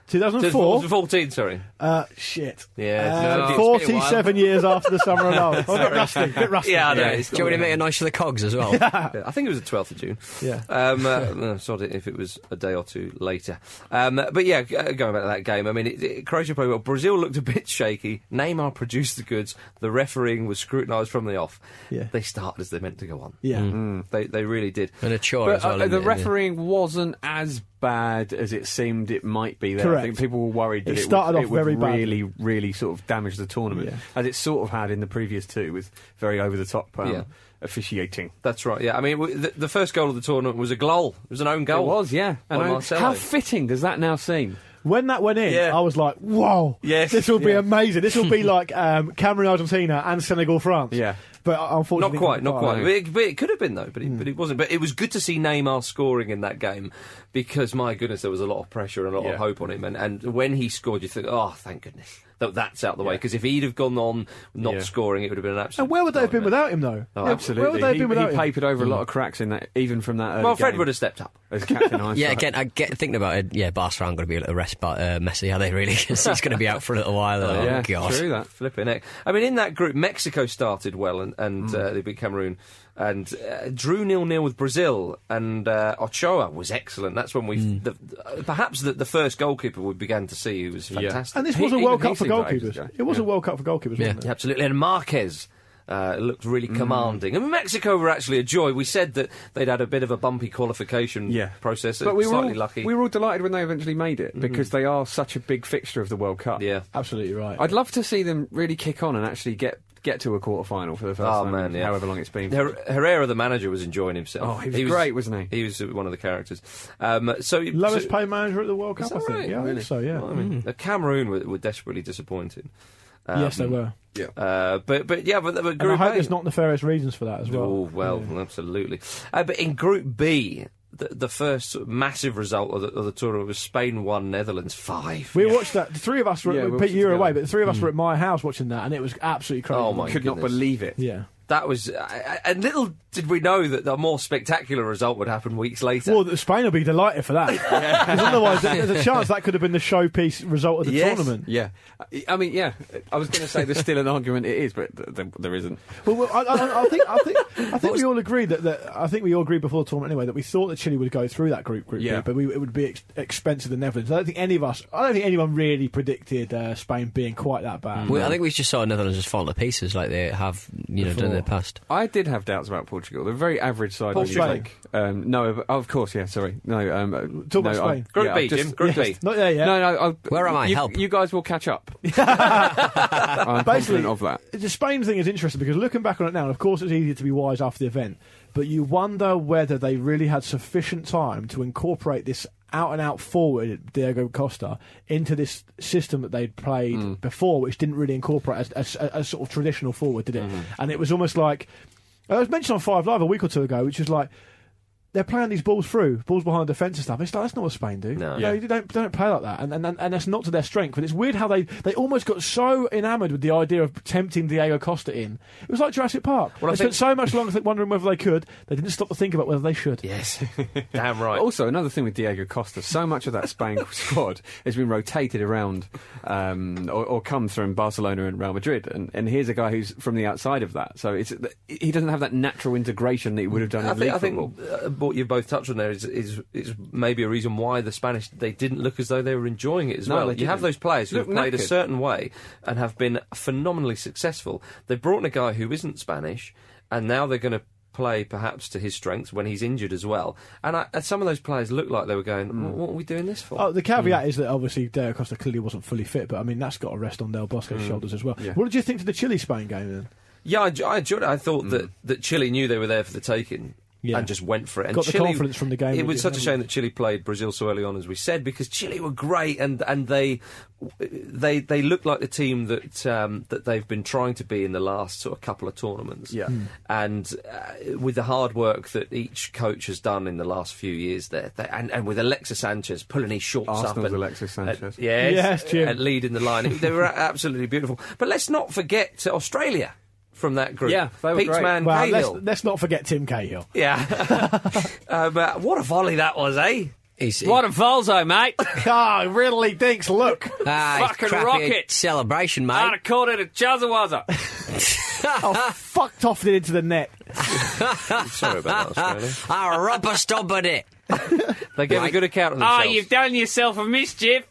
2004. 2014, sorry. Uh, shit. Yeah, Uh, no. 47 years after the summer of love. Oh, a bit rusty. A bit rusty. Yeah, I know. Yeah. It's Do you not want me to really- make a noise for the cogs as well? Yeah, I think it was the 12th of June. Yeah. Um, uh, no, sod it if it was a day or two later. Um, but yeah, g- uh, going back to that game, I mean, it, it, Croatia played well. Brazil looked a bit shaky. Neymar produced the goods. The refereeing was scrutinised from the off. Yeah. They started as they meant to go on. Yeah. They, they really did. and a chore But as well. uh, isn't the it? refereeing wasn't as bad as it seemed it might be. There. I Correct. think people were worried that It it, started would, off it would very badly. really, really sort of damage the tournament, Yeah. as it sort of had in the previous two with very over the top um, Yeah. officiating. That's right, yeah. I mean, w- the, the first goal of the tournament was a goal. It was an own goal. It was, yeah. And Well, Marcelo. How fitting does that now seem? When that went in, Yeah. I was like, "Whoa, Yes, this will be yeah. amazing. This will be like um, Cameroon, Argentina, and Senegal, France." Yeah. but uh, Not unfortunately, quite, not quite. no. But It, but it could have been though, but it, Hmm. but it wasn't. But it was good to see Neymar scoring in that game because my goodness, there was a lot of pressure and a lot Yeah. of hope on him. And, and when he scored, you think, oh, thank goodness that that's out the way. Because if he'd have gone on not Yeah. scoring, it would have been an absolute. And where would they have been nightmare. without him, though? Oh, Yeah, Absolutely. Where would they have he, been without he him? papered over a lot of cracks in that, even from that. Early Well, Fred game would have stepped up. as captain. hindsight. Yeah, again, I get thinking about it. Yeah, Barcelona going to be able to rest, but uh, Messi are they really? 'Cause he's going to be out for a little while. Oh, yeah, God. true that. Flipping heck. I mean, in that group, Mexico started well and, and uh, they beat Cameroon and uh, drew nil nil with Brazil. And uh, Ochoa was excellent. That's when we, the, uh, perhaps the, the first goalkeeper we began to see who was fantastic. And this He- was a even World he Cup for seemed like he was goalkeepers. going. It was Yeah. a World Cup for goalkeepers, Yeah. wasn't it? Absolutely. And Marquez uh, looked really commanding. I mean, Mexico were actually a joy. We said that they'd had a bit of a bumpy qualification Yeah. process. But we were, slightly all, lucky. we were all delighted when they eventually made it because they are such a big fixture of the World Cup. yeah. Absolutely right. I'd love to see them really kick on and actually get get to a quarter final for the first Oh, time. man, in yeah. however long it's been. Her- Herrera, the manager, was enjoying himself. Oh, he was great, wasn't he? He was uh, one of the characters. Um, so Lowest so, paid manager at the World Cup, that I think. right? Yeah, I Really? think so. Yeah. Mm. I mean, uh, Cameroon were, were desperately disappointed. Um, yes, they were. Uh, but but yeah, but, but And I Group hope A- there's not nefarious reasons for that as well. Oh well, absolutely. Uh, but in Group B, the, the first sort of massive result of the, of the tournament was Spain one, Netherlands five. We watched that. The three of us were. Yeah, we watched Pete, it you were together. Mm. away, but the three of us were at my house watching that, and it was absolutely crazy. Oh, my Could not goodness. believe it. Yeah. That was, uh, and little did we know that the more spectacular result would happen weeks later. Well, that Spain will be delighted for that. Because otherwise, there- there's a chance that could have been the showpiece result of the Yes. tournament. Yeah, I- I mean, yeah. I was going to say there's still an argument. It is, but th- th- there isn't. Well, well I, I, I think I think I think we all agreed that, that I think we all agreed before the tournament anyway that we thought that Chile would go through that group group, B, Yeah. but we, it would be ex- expensive the Netherlands. I don't think any of us. I don't think anyone really predicted uh, Spain being quite that bad. We, I think we just saw Netherlands just fall to pieces like they have, you know, done in the Before. past. I did have doubts about Portugal. They're a very average side. when you Portugal. think. Um, no, but- oh, of course, yeah. Sorry, no. Um, uh, Talk no, about I- Spain. Group yeah, B, I've just- Jim. Group B. Not there yet. No, no. I'll, Where am I? You, Help. You guys will catch up. I'm confident of that. The Spain thing is interesting because looking back on it now, and of course it's easier to be wise after the event, but you wonder whether they really had sufficient time to incorporate this out and out forward Diego Costa into this system that they'd played before, which didn't really incorporate a, a- a sort of traditional forward, did it? And it was almost like I was mentioned on Five Live a week or two ago, which is like. They're playing these balls through, balls behind the defence and stuff. It's like that's not what Spain do. No. No, they don't they don't play like that, and, and and and that's not to their strength. But it's weird how they they almost got so enamoured with the idea of tempting Diego Costa in. It was like Jurassic Park. Well, I they think- spent so much longer wondering whether they could. They didn't stop to think about whether they should. Yes, damn right. Also, another thing with Diego Costa, so much of that Spain squad has been rotated around um, or, or come from Barcelona and Real Madrid, and, and here's a guy who's from the outside of that. So it's he doesn't have that natural integration that he would have done I in league think, I football. think uh, what you both touched on there is, is is maybe a reason why the Spanish they didn't look as though they were enjoying it as No, well. they You have didn't. those players who have Look played a knackered. certain way and have been phenomenally successful. They've brought in a guy who isn't Spanish, and now they're going to play perhaps to his strengths when he's injured as well. And, I, and some of those players looked like they were going, Hmm. "Wh- "What are we doing this for?" Oh, the caveat Mm. is that obviously Diego Costa clearly wasn't fully fit, but I mean that's got to rest on Del Bosco's Mm. shoulders as well. Yeah. What did you think to the Chile Spain game then? Yeah, I, I enjoyed it. I thought Mm. that, that Chile knew they were there for the taking. Yeah. And just went for it. And Got the Chile- confidence from the game, It didn't was it? such a shame that Chile played Brazil so early on, as we said, because Chile were great and, and they they they looked like the team that um, that they've been trying to be in the last sort of couple of tournaments. Yeah. Hmm. And uh, with the hard work that each coach has done in the last few years, there they, and, and with Alexis Sanchez pulling his shorts up, Arsenal's and, Alexis Sanchez. uh, yes, Yes, Jim. uh, leading the line. It- they were a- absolutely beautiful. But let's not forget Australia from that group. Yeah, they were Pete's great. man Well, let's, Cahill. let's not forget Tim Cahill. Yeah. um, uh, what a volley that was, eh? He's, What a Volzo, mate. Ah, Ridley Dinks, look. Ah, it's fucking crappy rocket. celebration, I'd mate. have called it a Chazawaza. oh, fucked off it into the net. Sorry about that, Australia. Ah, rubber stopping it. They gave a good account of Ah, themselves. you've done yourself a mischief.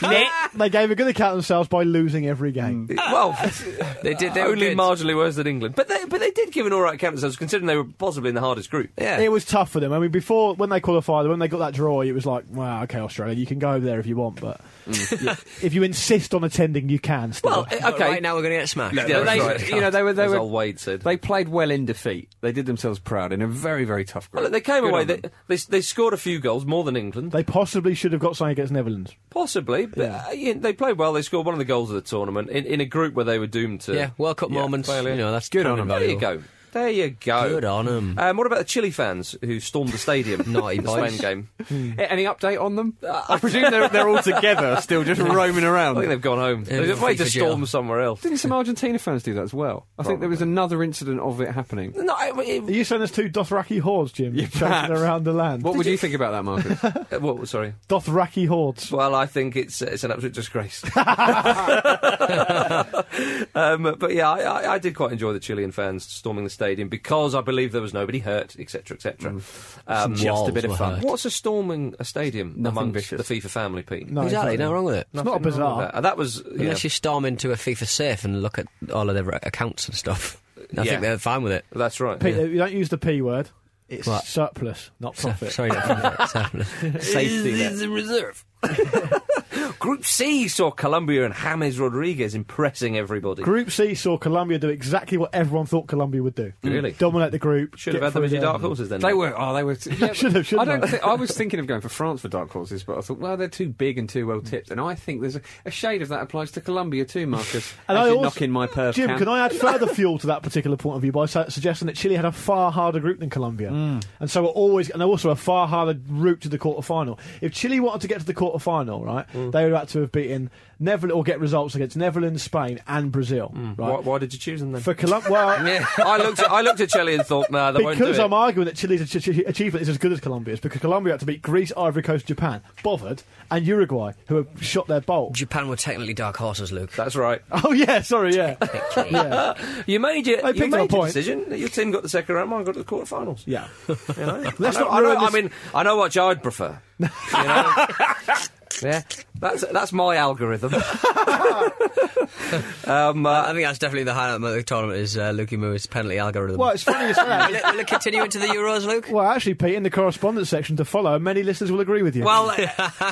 Nick. They gave a good account of themselves by losing every game. well, They did. They were only good. marginally worse than England, but they but they did give an all right account of themselves, considering they were possibly in the hardest group. Yeah. It was tough for them. I mean, before when they qualified, when they got that draw, it was like, wow, okay, Australia, you can go over there if you want, but y- if you insist on attending, you can. Still. Mm. Well, eh, But okay. Right now we're going to get smashed. No, Yeah, that's that's right. right. You know, they were they as were old Wade said. They played well in defeat. They did themselves proud in a very, very tough group. Well, they came Good away. on They, them. they they scored a few goals more than England, they possibly should have got something against Netherlands. possibly. But uh, yeah, they played well. They scored one of the goals of the tournament in, in a group where they were doomed to. yeah, World Cup moments. failure. You know, that's Good on kind of 'em. there you valuable. go. There you go. Good on 'em. Um, what about the Chile fans who stormed the stadium? Naughty in the Spain boys. game. A- Any update on them? Uh, I presume they're, they're all together, still just roaming I around. think they've gone home. Yeah, They've made to FIFA jail. storm somewhere else. Didn't some Argentina fans do that as well? I think there was another incident of it happening. No, I- it- Are you saying there's two Dothraki hordes, Jim, chasing perhaps. around the land? What would you think about that, Marcus? uh, well, sorry. Dothraki hordes. Well, I think it's it's an absolute disgrace. um, but yeah, I, I, I did quite enjoy the Chilean fans storming the stadium because I believe there was nobody hurt, etc., etc. Um, Mm. Some walls were hurt. What's a storming a stadium amongst vicious. the FIFA family, Pete? No, Exactly. exactly. No wrong with it. It's not a Nothing wrong with bizarre. that. And that was you know, Unless you storm into a FIFA safe and look at all of their accounts and stuff. I Yeah. think they're fine with it. that's right. Pete, you don't use the P word. It's What? surplus, not profit. Sorry, not profit. Safety net. in reserve. Group C saw Colombia and James Rodriguez impressing everybody. Group C saw Colombia do exactly what everyone thought Colombia would do. Really? Dominate the group. Should have get had them through as your there. dark horses then. they were. Oh, they were. yeah, Should have, shouldn't I don't. they? Think, I was thinking of going for France for dark horses, but I thought, well, they're too big and too well tipped, and I think there's a, a shade of that applies to Colombia too, Marcus. And as I you also- knock in my purse. Jim, can. can I add further fuel to that particular point of view by su- suggesting that Chile had a far harder group than Colombia, Mm. and so are always and also a far harder route to the quarter final. If Chile wanted to get to the quarter final, right, Mm. they would have had to have beaten Netherlands or get results against Netherlands, Spain, and Brazil, right? why, why did you choose them then? For Colombia, well, I looked. At, I looked at Chile and thought, no, they won't do because it. I'm arguing that Chile's ach- ach- achievement is as good as Colombia's, because Colombia had to beat Greece, Ivory Coast, Japan, bothered, and Uruguay, who have shot their bolt. Japan were technically dark horses, Luke. that's right. Oh yeah, sorry, yeah, yeah, You made your, They you picked up made a your point. decision. Your team got the second round, mine got to the quarterfinals. yeah. You know? Let's I, know, not I, know- ruin I this- mean, I know what I'd prefer. You know? yeah, that's that's my algorithm. um, uh, I think that's definitely the highlight of the tournament is uh, Luke Moo's penalty algorithm. Well, it's funny you say that. will, it, will it continue into the Euros, Luke? Well, actually, Pete, in the correspondence section to follow, many listeners will agree with you. well,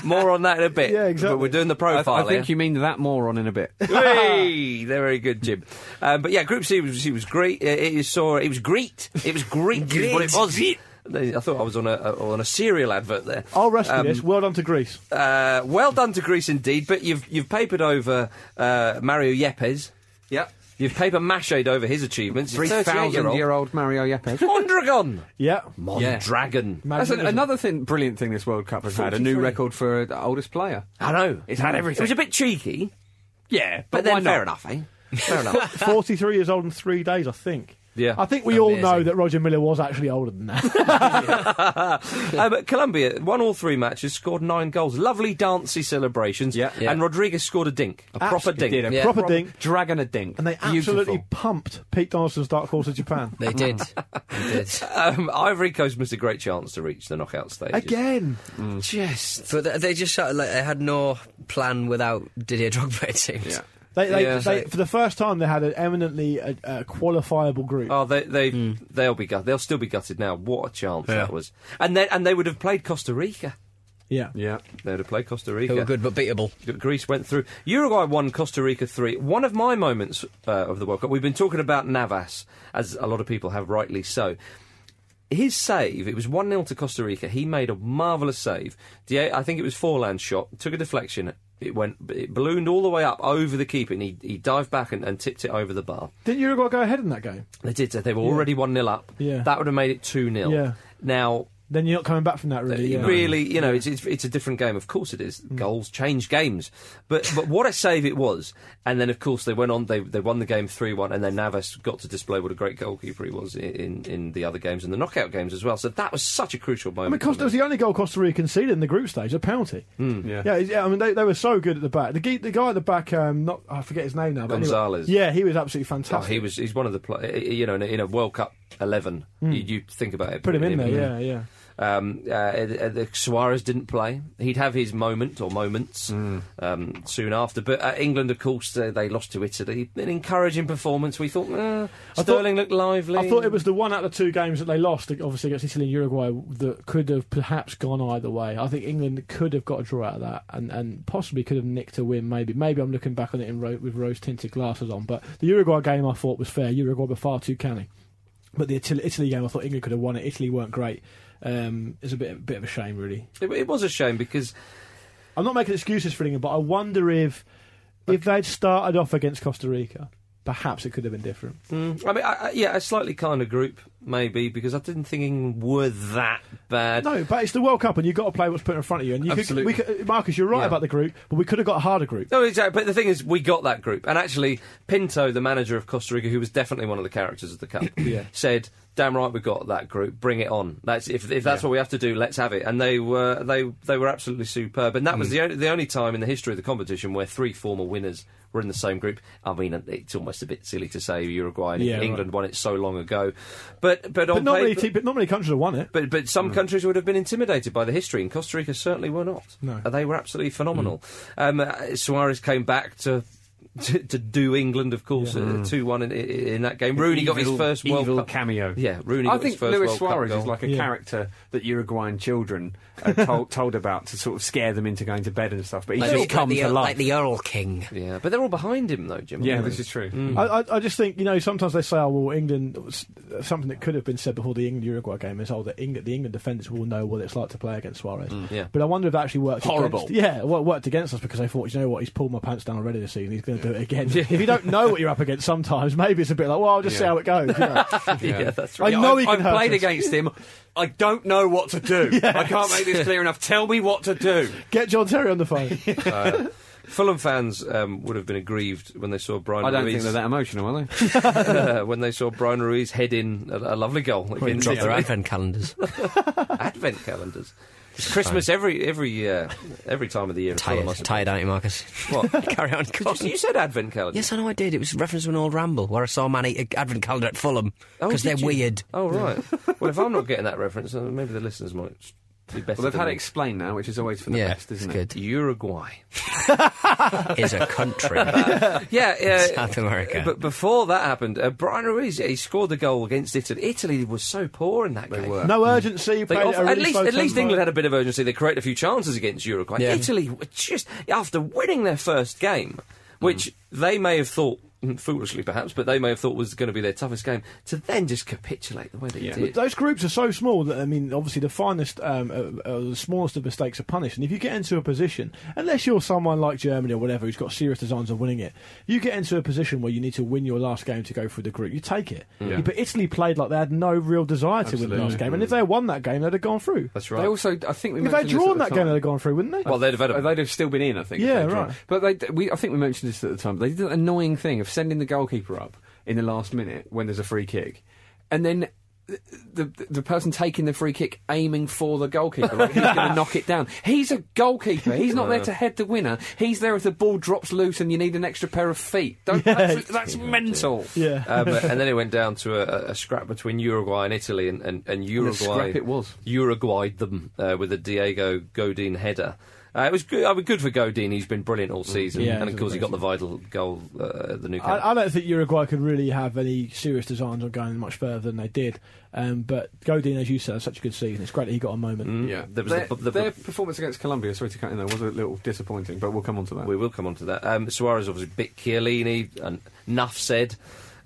more on that in a bit. Yeah, exactly. But we're doing the I, profile. I think here. you mean that moron in a bit. Hey, they're very good, Jim. Um, but yeah, Group C was, he was great. Uh, It, is saw it was great. It was great. is what it was. I thought I was on a, a on a cereal advert there. I'll rescue Um, this. Well done to Greece. Uh, well done to Greece indeed, but you've you've papered over uh, Mario Yepes. Yep. You've paper macheed over his achievements. Three thousand year year old Mario Yepes. Mondragon. Yeah. Mondragon. That's an, Magnificent. another thing, brilliant thing this World Cup has had. A new 43. record for uh, oldest player. Ah, I know. It's had everything. It was a bit cheeky, Yeah, but, then fair enough, eh? Fair enough. 43 years old in three days, I think. Yeah. I think we all know that Roger Miller was actually older than that. um, but Colombia won all three matches, scored nine goals. Lovely dancey celebrations. Yeah. Yeah. And Rodriguez scored a dink, a proper dink. Did a Yeah. Proper dink. Dragon a dink. and they absolutely pumped Pete Donaldson's Dark Horse of Japan. They did. they did. Um, Ivory Coast missed a great chance to reach the knockout stage. Again. Mm. Just. But they- they just sort of, like, they had no plan without Didier Drogba, it seems. Yeah. They, they, Yeah. they, for the first time, they had an eminently uh, uh, qualifiable group. Oh, they they they'll be gut- they'll still be gutted now. What a chance that was! And they and they would have played Costa Rica. yeah. Yeah. They would have played Costa Who Rica. were good but beatable. Greece went through. Uruguay won Costa Rica 3. One of my moments uh, of the World Cup, we've been talking about Navas, as a lot of people have, rightly so. His save, it was 1 0 to Costa Rica. He made a marvellous save. Die- I think it was Forlan's shot, took a deflection. It went, it ballooned all the way up over the keeper, and he, he dived back and, and tipped it over the bar. Didn't Uruguay go ahead in that game? They did, so they were already 1 0 up. Yeah. That would have made it 2 0. Yeah. Now, Then you're not coming back from that, really. yeah. Mm. Really, you know, it's, it's it's a different game. Of course, it is. Goals change games, but but what a save it was! And then, of course, they went on. They they won the game three one, and then Navas got to display what a great goalkeeper he was i- in in the other games and the knockout games as well. So that was such a crucial I mean, moment. Costa was the only goal Costa Rica conceded in the group stage, a penalty. Hmm. Yeah. Mm. Yeah, yeah, I mean, they, they were so good at the back. The, ge- the guy at the back, um, not I forget his name now, but anyway- Gonzalez. yeah, he was absolutely Oh, fantastic. he was he's one of the pl- you know in a, in a World Cup eleven. You, you think about it. Put him Mm. in there, yeah, yeah. Um, uh, uh, the Suarez didn't play. He'd have his moment or moments Hmm. um, soon after. But uh, England, of course, uh, they lost to Italy. An encouraging performance. We thought eh, I thought- Sterling looked lively. I thought it was the one out of the two games that they lost, obviously against Italy and Uruguay, that could have perhaps gone either way. I think England could have got a draw out of that, and, and possibly could have nicked a win. Maybe, maybe I'm looking back on it in ro- with rose-tinted glasses on. But the Uruguay game I thought was fair. Uruguay were far too canny. But the Italy, Italy game, I thought England could have won it. Italy weren't great. Um, it's a bit, bit of a shame, really. It- it was a shame because I'm not making excuses for England, but I wonder if if they'd started off against Costa Rica, perhaps it could have been different. Mm, I mean, I, I, yeah, a slightly kinder group maybe because I didn't think England were that bad. No, but it's the World Cup, and you've got to play what's put in front of you. And you could, Absolutely. we could, Marcus, you're right Yeah. about the group, but we could have got a harder group. No, exactly. But the thing is, we got that group, and actually, Pinto, the manager of Costa Rica, who was definitely one of the characters of the cup, said, "Damn right, we got that group. Bring it on. That's if, if that's what we have to do, let's have it." And they were they they were absolutely superb, and that Mm. was the only, the only time in the history of the competition where three former winners were in the same group. I mean, it's almost a bit silly to say Uruguay and Yeah, England won it so long ago, but but But on not, paper- many, te- but not many countries have won it. But but Mm. some countries would have been intimidated by the history, and Costa Rica certainly were not. No. Uh, they were absolutely phenomenal. Mm. Um, uh, Suarez came back to. To, to do England, of course, uh, two one in, in in that game. Rooney got his Evil- first World evil Cup cameo. Yeah, Rooney. I got think his first Luis World Suarez Cup is goal. like a Yeah. character that Uruguayan children are told, told about to sort of scare them into going to bed and stuff. But he Like, just the- comes like, the, to life. like the Earl King. yeah, but they're all behind him though, Jim. yeah, aren't this they? is true. Mm. I, I, I just think, you know, sometimes they say, oh, well, England, s- something that could have been said before the England Uruguay game is, oh, the England, the England defenders will know what it's like to play against Suarez. yeah. But I wonder if that actually worked. Horrible. Against, yeah, well, it worked against us because they thought, you know what, he's pulled my pants down already this season, he's going to do it again. If you don't know what you're up against sometimes, maybe it's a bit like, well, I'll just see Yeah. how it goes. you know. yeah. that's I right. know I, he can have hurt played us. against him. I don't know what to do. I can't make this clear enough. Tell me what to do. Get John Terry on the phone. Uh, Fulham fans um, would have been aggrieved when they saw Brian. I don't Ruiz, think they're that emotional, are they? uh, when they saw Brian Ruiz head in a, a lovely goal They against dropped their Italy. advent calendars. advent calendars. It's Christmas every every year, every time of the year. in tired, Fulham, I suppose. tired, aren't you, Marcus? What? Carry on. go Did you, you on. said advent calendar. Yes, I know I did. It was referenced to an old ramble where I saw a man eat a advent calendar at Fulham Oh, because did they're you? weird. Oh right. well, if I'm not getting that reference, then maybe the listeners might be better. well, they've than had it me. explained now, which is always for the yeah, best, isn't it's it? good. Uruguay. Is a country. Yeah, yeah. South America. But before that happened, uh, Brian Ruiz he scored the goal against Italy. Italy was so poor in that game. were. No urgency. They played off- a at really least, slow at least tempo. England had a bit of urgency. They created a few chances against Uruguay. Yeah. Italy were just after winning their first game, Mm. which they may have thought mm, foolishly, perhaps, but they may have thought was going to be their toughest game. To then just capitulate the way they Yeah. did. Those groups are so small that I mean, obviously, the finest, um, uh, uh, the smallest of mistakes are punished. And if you get into a position, unless you're someone like Germany or whatever who's got serious designs on winning it, you get into a position where you need to win your last game to go through the group. You take it. Mm. Yeah. But Italy played like they had no real desire to win the last game, and if they had won that game, they'd have gone through. That's They also, I think we If they'd mentioned this at drawn the that game, time. they'd have gone through, wouldn't they? Well, they'd have had a Uh, They'd have still been in, I think. if Yeah, they'd drawn. right. But they, we, I think we mentioned this at the time. They did that annoying thing of sending the goalkeeper up in the last minute when there's a free kick, and then. th- The, the the person taking the free kick aiming for the goalkeeper like he's going to knock it down he's a goalkeeper he's not there to head the winner he's there if the ball drops loose and you need an extra pair of feet Don't, that's, that's mental yeah. um, and then it went down to a, a scrap between Uruguay and Italy, and, and, and Uruguay scrap it was. Uruguay them uh, with a Diego Godin header. Uh, it was good. I mean, good for Godin. He's been brilliant all season, Yeah, and of he's course he got the vital goal uh, at the new camp. I, I don't think Uruguay could really have any serious designs on going much further than they did. Um, but Godin, as you said, had such a good season. It's great that he got a moment. yeah There was their, the- the- their performance against Colombia sorry to cut in there was a little disappointing but we'll come on to that We will come on to that. Um, Suarez obviously bit Chiellini, and enough said.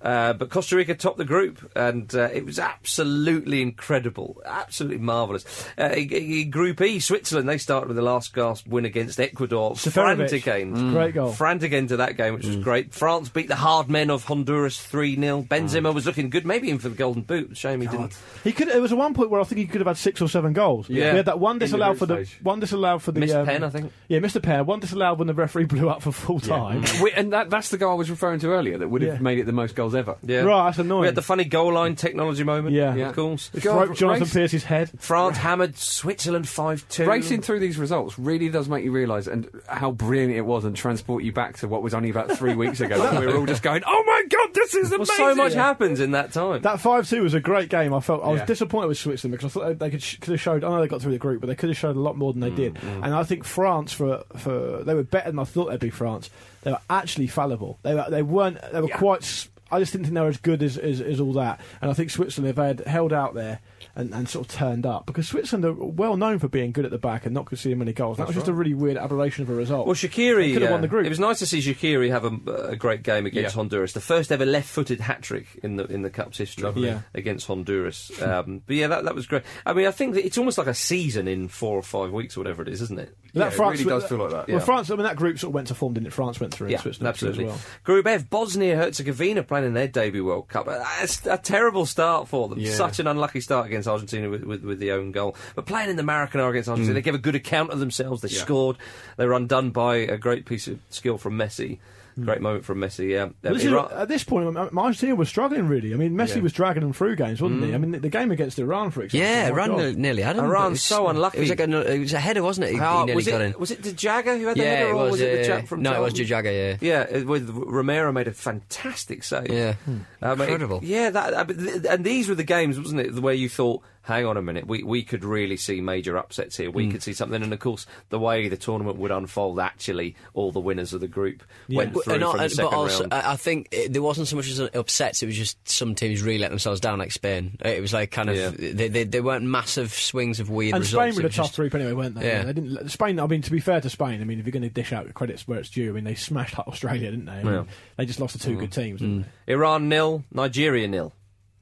Uh, but Costa Rica topped the group, and uh, it was absolutely incredible, absolutely marvellous. Uh, in, in Group E, Switzerland, they started with a last gasp win against Ecuador. Seferovic. Frantic end. Great goal. Mm. Frantic end to that game, which was great. France beat the hard men of Honduras 3 0. Benzema was looking good, maybe even for the Golden Boot. Shame he didn't. He could. There was one point where I think he could have had six or seven goals. Yeah. we had that one In the disallowed group for the stage. one disallowed for the Missed um, pen, I think. Yeah, Mr. Pair. One disallowed when the referee blew up for full time. Mm-hmm. Wait, and that, that's the guy I was referring to earlier that would have Yeah. made it the most goals goals ever. Yeah. Right, that's annoying. We had the funny goal line technology moment. Yeah. Yeah. Of course. It God, broke Jonathan race- Pierce's head. France hammered Switzerland 5 2. Racing through these results really does make you realise and how brilliant it was and transport you back to what was only about three weeks ago. when we were all just going, "Oh my god, this is Well, amazing!" so much happens in that time. That five two was a great game. I felt I was Yeah. disappointed with Switzerland because I thought they could, sh- could have showed. I know they got through the group, but they could have showed a lot more than Mm, they did. And I think France for for they were better than I thought they'd be. France, they were actually fallible. They were, they weren't. They were quite. s- I just didn't think they were as good as, as, as all that. And I think Switzerland, if they had held out there and, and sort of turned up, because Switzerland are well known for being good at the back and not conceding many goals. that was just a really weird aberration of a result. well, Shakiri. They could have uh, won the group. It was nice to see Shakiri have a, a great game against Yeah. Honduras. The first ever left-footed hat trick in the in the cup's history Yeah. against Honduras. Um, but yeah, that, that was great. I mean, I think that it's almost like a season in four or five weeks or whatever it is, isn't it? Yeah, it really does feel like that. Yeah. Well, France. I mean, that group sort of went to form, didn't it? France went through. and Switzerland absolutely. Through as well. Group F, Bosnia Herzegovina playing in their debut World Cup. A, a- a terrible start for them. Yeah. Such an unlucky start against Argentina with, with, with the own goal. But playing in the Maracanã against Argentina, they gave a good account of themselves. They Yeah. scored. They were undone by a great piece of skill from Messi. Great moment from Messi. Yeah. Um, This is- Iran- at this point, um, Argentina was struggling really. I mean, Messi Yeah. was dragging them through games, wasn't he? I mean, the, the game against Iran, for example. Yeah, my Iran God. ne- nearly had him. but Iran's it was- so unlucky. It was like a, it was a header, wasn't it? He, he Oh, nearly was, got in. it, was it De Jager who had the yeah, header, it or was. was uh, yeah, it the yeah. chap from no, it was Charlton? Jajaga. Yeah. Yeah, it- with Romero made a fantastic save. Yeah. Hmm. I mean, Incredible. yeah, that, I mean, th- and these were the games, wasn't it, where you thought, hang on a minute, we, we could really see major upsets here. Hmm. We could see something. And of course, the way the tournament would unfold, actually, all the winners of the group went Well, through and from al- the second but also, uh, round. I I think it, there wasn't so much as an upset. It was just some teams really let themselves down, like Spain. It was like kind of Yeah. they, they, they weren't massive swings of weird And results. Spain were It the was tough just- group anyway, weren't they? Yeah. they didn't. let- Spain. I mean, to be fair to Spain, I mean, if you're going to dish out credits where it's due, I mean, they smashed Australia, didn't they? I mean, Yeah. They just lost to two good teams. Didn't Iran nil, Nigeria nil. uh,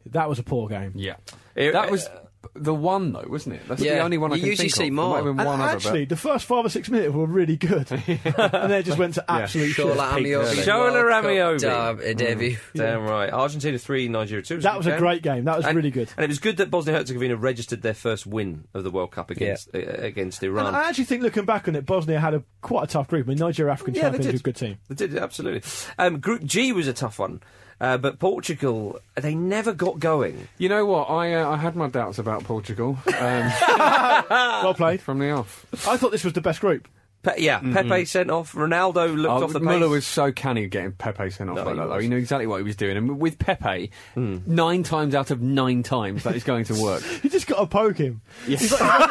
they? That was a poor game. Yeah, It- that was the one though, wasn't it? That's the Yeah. only one I You can usually think see of. There more. might have Uh, been And one other, but- actually, the first five or six minutes were really good, and they just went to absolute shit. Shola Amiobi. Shola World Cup Amiobi. derb- uh, debut. Damn right. Argentina 3, Nigeria 2. That was a great game. That was And- really good. And it was good that Bosnia Herzegovina registered their first win of the World Cup against, uh, against Iran. And I actually think, looking back on it, Bosnia had a quite a tough group. I mean, Nigeria, African Yeah, they champions, did. were a good team. They did, absolutely. Um, group G was a tough one, uh, but Portugal, they never got going. You know what? I uh, I had my doubts about Portugal um, Well played. from the off. I thought this was the best group. Pe- yeah, Pepe sent off, Ronaldo looked Oh, off the Muller pace. was so canny getting Pepe sent off No, like he that. Though. was. Hmm. He knew exactly what he was doing, and with Pepe, nine times out of nine times that is going to work. You just got to poke him. He's, like,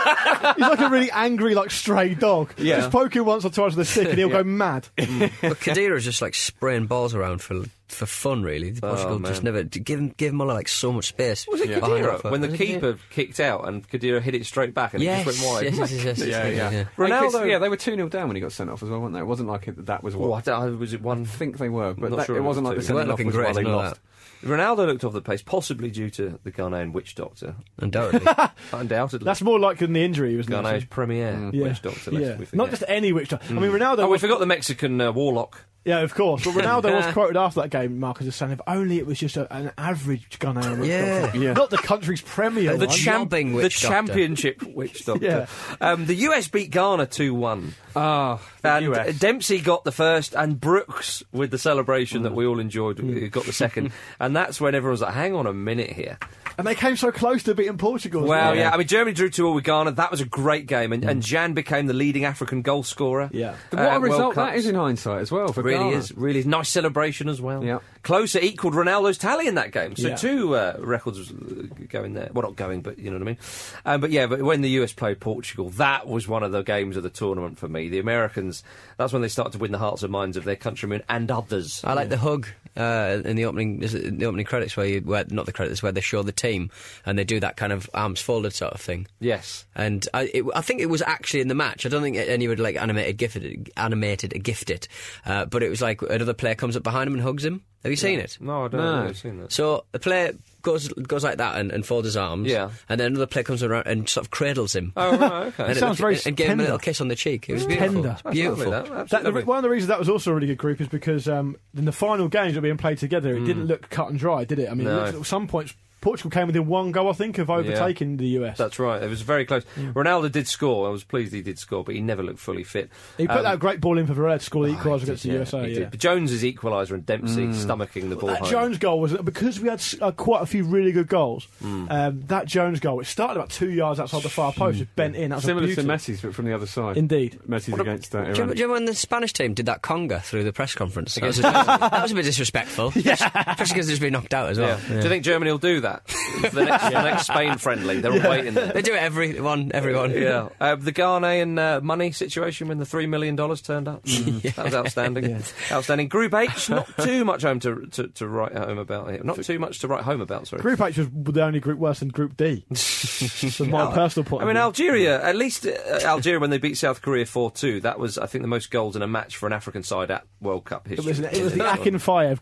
he's like a really angry, like stray dog. Yeah. Just poke him once or twice with a stick, and he'll go mad. Mm. But Kadira was just like spraying balls around for for fun, really. The Portugal just never give him give Muller like so much space. Oh, Was it behind Kadira? offer. When the Was it keeper kicked out and Kadira hit it straight back and Yes, it just went wide. yes, yes, yes, yes, yes, yeah. Ronaldo- Ronaldo, yeah, they were two 0 down when he got sent off as well, weren't they? It wasn't like it, that was Oh, what I don't know, was it one? I think they were, but Not that, sure it it was wasn't like two. the They They weren't sending off looking was great. why I they know lost. that. Ronaldo looked off the pace, possibly due to the Ghanaian witch doctor, Undoubtedly. undoubtedly. That's more likely than the injury, wasn't Ghanaia's it? premier Yeah. witch doctor. yeah. Lest we forget. Not just any witch doctor. I mean, Ronaldo. oh, we was, forgot the Mexican uh, warlock. yeah, of course. But Ronaldo was quoted after that game, Marcus, as saying, if only it was just a, an average Ghanaian witch Yeah. doctor. Yeah. Not the country's premier the one. champing the witch doctor. championship witch doctor. Yeah. um, the US beat Ghana 2 1. Ah, the And US. Dempsey got the first, and Brooks with the celebration that we all enjoyed uh, Mm. got the second, and that's when everyone was like, "Hang on a minute here." And they came so close to beating Portugal. as Well, yeah, I mean, Germany drew two all with Ghana. That was a great game, and, and Jan became the leading African goal scorer. Yeah. Mm. what uh, a at World result that Cups. is in hindsight as well. For Really Ghana. is really is nice celebration as well. Yeah. Closer equaled Ronaldo's tally in that game, so Yeah. two uh, records was, uh, going there. Well, not going, but you know what I mean. Um, but yeah, but when the US played Portugal, that was one of the games of the tournament for me. The Americans, that's when they started to win the hearts and minds of their countrymen and others. I like the hug uh, in the opening is it in the opening credits where you where not the credits where they show the team and they do that kind of arms folded sort of thing. Yes. And I, it, I think it was actually in the match. I don't think anyone like animated gifted animated gift it, uh, but it was like another player comes up behind him and hugs him. Have you seen it? No, I don't No. know. I've seen that. So the player goes goes like that and, and folds his arms. Yeah. And then another player comes around and sort of cradles him. Oh, right, okay. and, sounds and- very and gave him a tender. little kiss on the cheek. It was It's beautiful. tender. That's Beautiful. lovely, that. That, Absolutely the, lovely. one of the reasons that was also a really good group is because um, in the final games that were being played together, it didn't look cut and dry, did it? I mean, it Mm. No. looked- at some points Portugal came within one goal, I think, of overtaking the US. That's right. It was very close. Ronaldo did score. I was pleased he did score, but he never looked fully fit. he put Um, Oh, that great ball in for Varela to score the equaliser he against did, yeah, the USA. he Yeah. did. But Jones's equaliser and Dempsey stomaching the ball. That home. Jones goal was because we had s- uh, quite a few really good goals. Mm. Um, that Jones goal, it started about two yards outside the far post, it bent in. That was a Similar to beauty. Messi's, but from the other side. Indeed. Messi's against uh, that. Do you, remember, do you remember when the Spanish team did that conga through the press conference? That was a, that was a bit disrespectful, especially because they just been knocked out as well. Yeah. Do you think Germany will do that? For the next, the next Spain friendly, they're all waiting. There. They do it every one, everyone. Yeah, uh, the Ghanaian uh, money situation when the three million dollars turned up. That was outstanding. Outstanding. Group H, not too much home to, to, to write home about here. Not too much to write home about. Sorry. Group H was the only group worse than Group D. from my personal point I of mean, view. Algeria, at least uh, Algeria, when they beat South Korea 4 2, that was, I think, the most goals in a match for an African side at World Cup It history. was, it was the That one. Akinfayev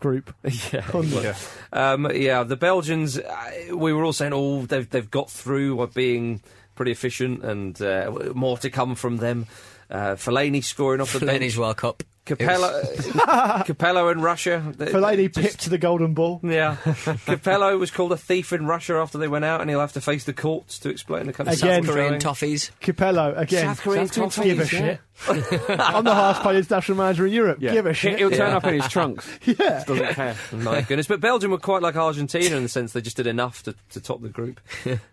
group. yeah. Um, yeah, the Belgians. Uh, we were all saying, oh, they've they've got through by being pretty efficient, and uh, w- more to come from them. Uh, Fellaini scoring off the Lenny's bench. World Cup. Capello, Capello in Russia. They- Fellaini just- pipped the golden ball. Yeah, Capello was called a thief in Russia after they went out, and he'll have to face the courts to explain the kind of Again. South Korean toffees. Capello again. South Korean Give toffees, a yeah. shit. I'm the highest paid international manager in Europe. Yeah. Give a He- shit. He'll turn up in his trunks. Yeah. Doesn't care. My goodness, but Belgium were quite like Argentina in the sense they just did enough to, to top the group.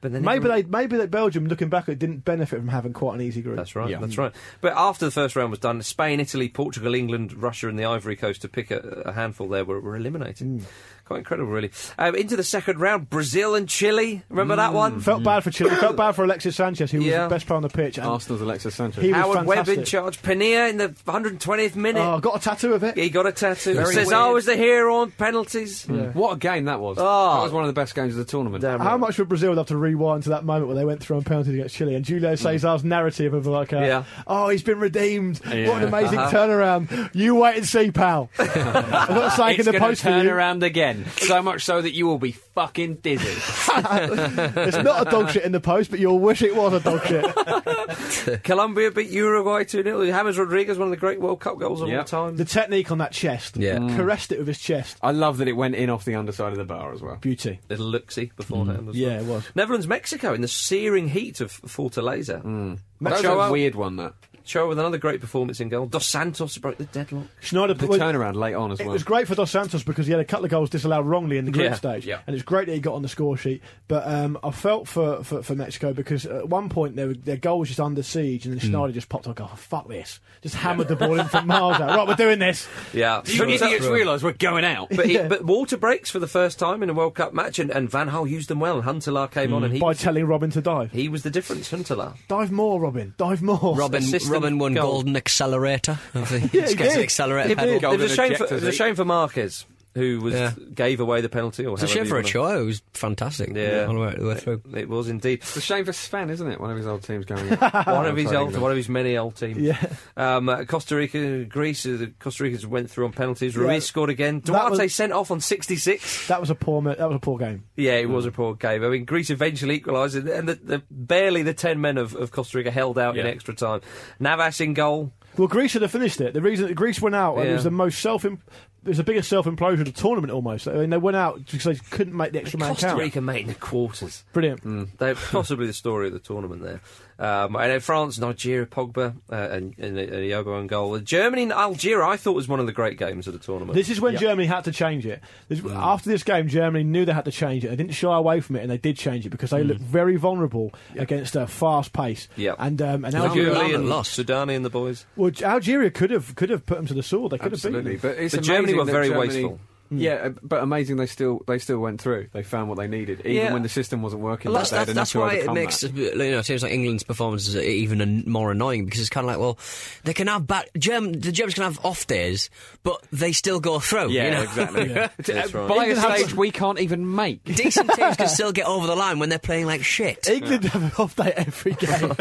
But then Maybe they, maybe that Belgium, looking back, it didn't benefit from having quite an easy group. That's right. Hmm. That's right. But after the first round was done, Spain, Italy, Portugal, England, Russia, and the Ivory Coast, to pick a, a handful there, were, were eliminated. Hmm. Quite incredible, really. Um, into the second round, Brazil and Chile. Remember Hmm. that one? Felt bad for Chile. Felt bad for Alexis Sanchez, who was Yeah. the best player on the pitch. And Arsenal's Alexis Sanchez. He was Howard Webb in fantastic. charge. Pania in the 120th minute. Oh, I got a tattoo of it. He got a tattoo. Very Says, weird. "I was the hero on penalties." Hmm. What a game that was. Oh. That was one of the best games of the tournament. Damn right. How much would Brazil have to rewind to that moment where they went through on penalties against Chile? And Julio Cesar's narrative of like, uh, Yeah. oh, he's been redeemed. What an Yeah. amazing turnaround. You wait and see, pal. I'm not saying in It's the going to post for turn you. around again. So much so that you will be fucking dizzy. It's not a dog shit in the post, but you'll wish it was a dog shit. Colombia beat Uruguay 2 0. James Rodriguez, one of the great World Cup goals of all Yep. time. the technique on that chest. Yeah. Mm. Caressed it with his chest. I love that it went in off the underside of the bar as well. Beauty. little looksy Hmm. beforehand. as Yeah, well. it was. Netherlands, Mexico in the searing heat of Fortaleza. That was Show a up. weird one, that. Show with another great performance in goal. Dos Santos broke the deadlock. Schneider The well, turnaround late on as It well. was great for Dos Santos because he had a couple of goals disallowed wrongly in the group Yeah, stage, yeah. and it's great that he got on the score sheet. But um, I felt for, for, for Mexico because at one point their their goal was just under siege, and then Schneider just popped up, and go, "Oh, fuck this!" Just hammered the ball in from miles out. Right, we're doing this. Yeah. You idiots realise we're going out. But, he, but water breaks for the first time in a World Cup match, and, and Van Hal used them well. And Huntelaar came on, and he by was, telling Robin to dive, he was the difference. Huntelaar. dive more, Robin, dive more. Robin, Assistant Robin won goal. golden accelerator. Of the, just he gets did. an accelerator He pedal. did. It was, a Golden shame for, it ejectors, was a eh? shame for Marquez, who was Yeah. gave away the penalty. Or It's a shame for a choir. It was fantastic. Yeah. All the way, all the way through. It was indeed It's a shame for Sven, isn't it? One of his old teams going. one of his old, one of his many old teams. Yeah. Um, uh, Costa Rica, Greece. Uh, the Costa Ricans went through on penalties. Ruiz Yeah. scored again. That Duarte was- sent off on sixty-six. That was a poor ma- that was a poor game. Yeah, it was a poor game. I mean, Greece eventually equalised, and- and the, the, barely the 10 men of, of Costa Rica held out in Yeah. extra time. Navas in goal. Well, Greece should have finished it. The reason that Greece went out, and it Yeah. was the most self. It was the biggest self implosion of the tournament almost. I mean, they went out because they couldn't make the extra man Costa count. Rica made the quarters. Brilliant. They're possibly the story of the tournament there. Um, and then France, Nigeria, Pogba, uh, and, and, and Yobo in goal. Germany and Algeria, I thought was one of the great games of the tournament. This is when Germany had to change it. This, After this game, Germany knew they had to change it. They didn't shy away from it, and they did change it because they looked very vulnerable against a fast pace. Yep. And um, and Algeria Algeria, Lallana and lost. Sudani and the boys. well, Algeria could have could have put them to the sword. They could Absolutely, have beaten but it's But amazing Germany were that very Germany- wasteful. Yeah, uh, but amazing they still they still went through. They found what they needed, even Yeah. when the system wasn't working. Well, that's they had that's, enough that's to why it overcome makes that. you know it seems like England's performances are even an, more annoying because it's kind of like well they can have bad Germ, the Germans can have off days but they still go through. you know? exactly. That's right. By a England have stage we can't even make. Decent teams can still get over the line when they're playing like shit. them. England have an off day every game.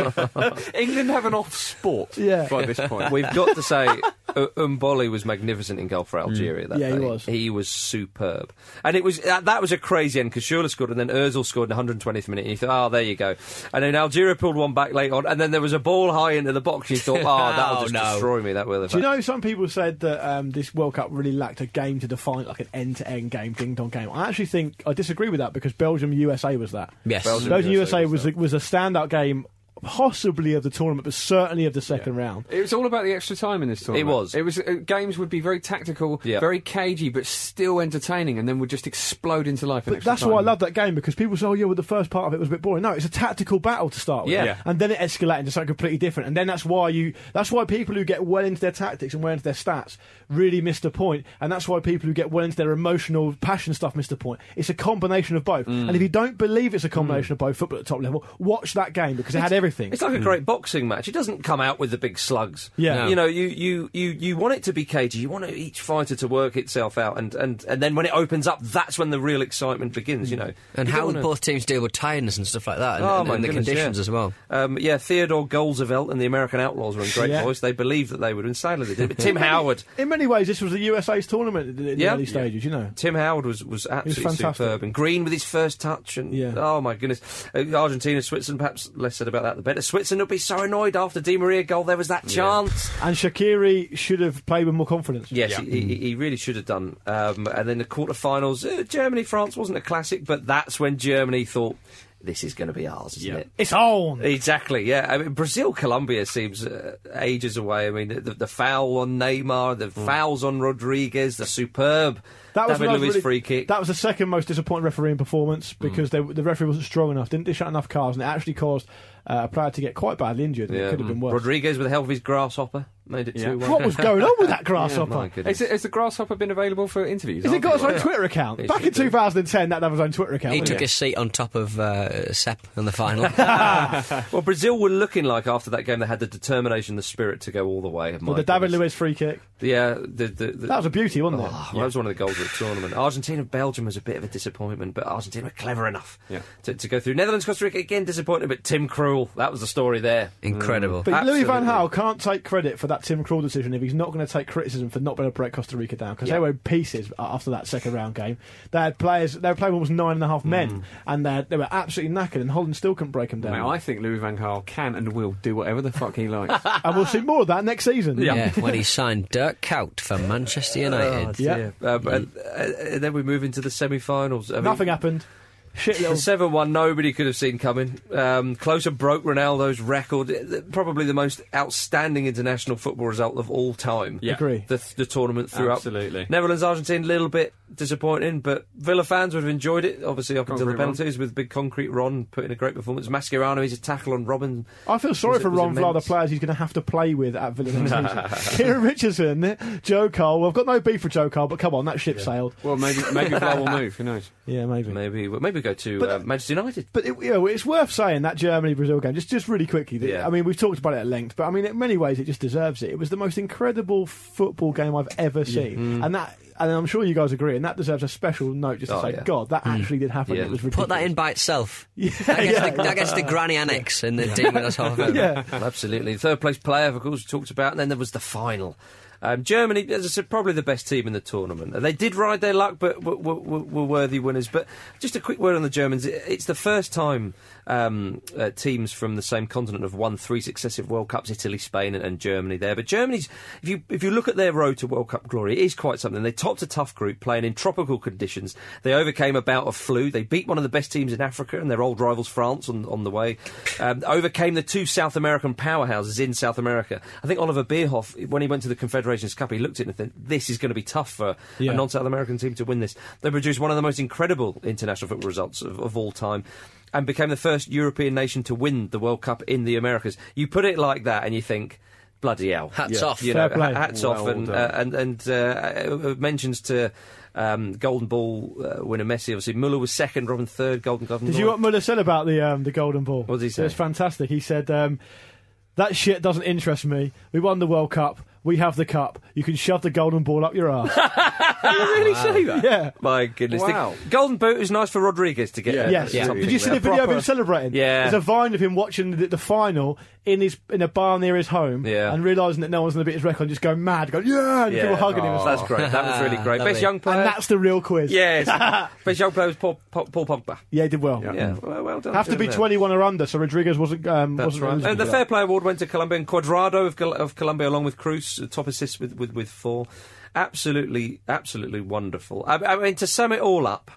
England have an off sport. Yeah. by this point. We've got to say, U- Umboli was magnificent in goal for Algeria that Mm. Yeah, he day. was. He was was superb. And it was that, that was a crazy end because Schürrle scored and then Özil scored in the 120th minute. And you thought, oh, there you go. And then Algeria pulled one back late on, and then there was a ball high into the box. You thought, oh, that'll Oh, just no. destroy me. That will. Do you know some people said that um, this World Cup really lacked a game to define, like an end-to-end game, ding-dong game? I actually think I disagree with that because Belgium USA was that. Yes. Belgium- Belgium USA USA was a, was a standout game, possibly of the tournament, but certainly of the second round. It was all about the extra time in this tournament. It was. It was. Uh, games would be very tactical, Yeah. very cagey, but still entertaining, and then would just explode into life. in But extra that's why I time. love that game because people say, "Oh yeah, well the first part of it was a bit boring." No, it's a tactical battle to start with, Yeah. Yeah. and then it escalated into something completely different. And then that's why you, that's why people who get well into their tactics and well into their stats really miss the point, and that's why people who get well into their emotional passion stuff miss the point. It's a combination of both, Mm. and if you don't believe it's a combination of both football at the top level, watch that game because it had everything. It's like a great boxing match. It doesn't come out with the big slugs. Mm. Yeah. No. You know, you, you, you, you want it to be cagey. You want each fighter to work itself out. And, and, and then when it opens up, that's when the real excitement begins, you know. and You how don't wanna- both teams deal with tiredness and stuff like that, and, Oh, and- my and the goodness, conditions yeah. as well. Um, yeah, Theodore Golzevelt and the American Outlaws were in great Yeah. voice. They believed that they would win. Sadly, they did. But Tim Howard. In many ways, this was the USA's tournament in the Yeah. early stages. You know, Tim Howard was, was absolutely fantastic. superb. And Green with his first touch. And Yeah. oh my goodness. Uh, Argentina, Switzerland, perhaps less said about that the better. Switzerland will be so annoyed after Di Maria goal. There was that chance. and Shakiri should have played with more confidence. Yes, he, he, he really should have done. Um, and then the quarterfinals, uh, Germany France wasn't a classic, but that's when Germany thought this is going to be ours, isn't it? It's on. Exactly, yeah. I mean, Brazil Colombia seems uh, ages away. I mean, the, the foul on Neymar, the fouls on Rodriguez, the superb Hmm. That was David when I was Luiz really- free kick. Hmm. That was the second most disappointing refereeing performance because they, the referee wasn't strong enough, didn't dish out enough cards, and it actually caused uh, a player to get quite badly injured. and It could have been worse. Rodriguez, with the help of his grasshopper, made it 2 1. what was going on with that grasshopper? My goodness. Has, it- has the grasshopper been available for interviews? Has it Aren't got they? its own Twitter account? It Back in should do. 2010, that was his own Twitter account. He wasn't took it? his seat on top of uh, Sepp in the final. Mm. Well, Brazil were looking like after that game they had the determination, the spirit to go all the way. Well, the David Luiz free kick. Yeah, the, the, the, That was a beauty, wasn't it? Oh, That was one of the goals of the tournament. Argentina Belgium was a bit of a disappointment, but Argentina were clever enough to, to go through. Netherlands Costa Rica again disappointed, but Tim Krul that was the story there. Incredible. But Louis Van absolutely. Gaal can't take credit for that Tim Krul decision if he's not going to take criticism for not being able to break Costa Rica down because they were in pieces a- after that second round game. They had players, they were playing almost nine and a Mm. half men, and they, they were absolutely knackered, and Holland still couldn't break them down. Now, I think Louis Van Gaal can and will do whatever the fuck he likes. and we'll see more of that next season. yeah, when he signed Dirk Cout for Manchester United. Oh, Yeah. Um, Mm. and, uh, and then we move into the semi-finals. I mean, Nothing happened. Shit The little. seven-one, nobody could have seen coming. Um, Closer broke Ronaldo's record, uh, probably the most outstanding international football result of all time. Yeah. Agree. The, the tournament throughout. Absolutely. Netherlands Argentina, a little bit disappointing, but Villa fans would have enjoyed it, obviously, up until the Concrete Ron. penalties with big concrete Ron putting a great performance. Mascherano, he's a tackle on Robin. I feel sorry was it- for was Ron Vlaar, the immense. players he's going to have to play with at Villa next season. Kieran Richardson, Joe Cole. Well, I've got no beef with Joe Cole, but come on, that ship sailed. Well, maybe maybe Vlaar will move. Who knows? Yeah, Maybe well, maybe go to But, uh, uh, Manchester United. But it, you know, it's worth saying that Germany Brazil game just just really quickly. that- Yeah. I mean, we've talked about it at length, but I mean, in many ways, it just deserves it. It was the most incredible football game I've ever seen, and that, and I'm sure you guys agree, and that deserves a special note just to Mm. Oh, say, yeah. God, that actually did happen. Yeah. It was Put ridiculous. that in by itself. Yeah, That gets, yeah, the, that gets the granny annex in the team with us half of it. yeah. Well, absolutely. Third place player, of course, we talked about, and then there was the final. Um, Germany, as I said, probably the best team in the tournament. They did ride their luck, but were, were, were- were worthy winners. But just a quick word on the Germans. It- It's the first time um, uh, teams from the same continent have won three successive World Cups: Italy, Spain, and, and Germany. There, but Germany's, if you if you look at their road to World Cup glory, it is quite something. They topped a tough group, playing in tropical conditions. They overcame a bout of flu. They beat one of the best teams in Africa and their old rivals France on, on the way. Um, overcame the two South American powerhouses in South America. I think Oliver Bierhoff, when he went to the Confederations Cup, he looked at it and thought, this is going to be tough for Yeah. a non South American team to win this. They produced one of the most incredible international football results of, of all time. And became the first European nation to win the World Cup in the Americas. You put it like that, and you think, bloody hell! Hats off. You Fair know, play. ha- hats off, Well and done. uh, and and uh, uh, mentions to um, Golden Ball uh, winner Messi. Obviously, Muller was second, Robin third, Golden Glove. and Did you Neuer. what Muller said about the um, the golden ball? What did he say? It was fantastic. He said um, that shit doesn't interest me. We won the World Cup. We have the cup. You can shove the golden ball up your ass. really say that? yeah. My goodness! The Wow. Golden Boot is nice for Rodriguez to get. Yeah. Yes. something Did you see the there. video of him Proper- celebrating? Yeah. There's a vine of him watching the, the final in his in a bar near his home Yeah. and realising that no one's going to beat his record and just going mad, going, yeah, and people hugging him. And, Oh, That's stuff. great. That was really great. Best Lovely. young player. and that's the real quiz. yes. Best young player was Paul, Paul, Paul Pogba. Yeah, he did well. Yeah. Well, well done. Have to be Yeah. 21 or under, so Rodriguez wasn't. Um, That's wasn't right. eligible Uh, the for Fair that. Play Award went to Colombia and Quadrado of, Col- of Colombia, along with Cruz, uh, top assist with, with, with four. Absolutely, absolutely wonderful. I, I mean, to sum it all up,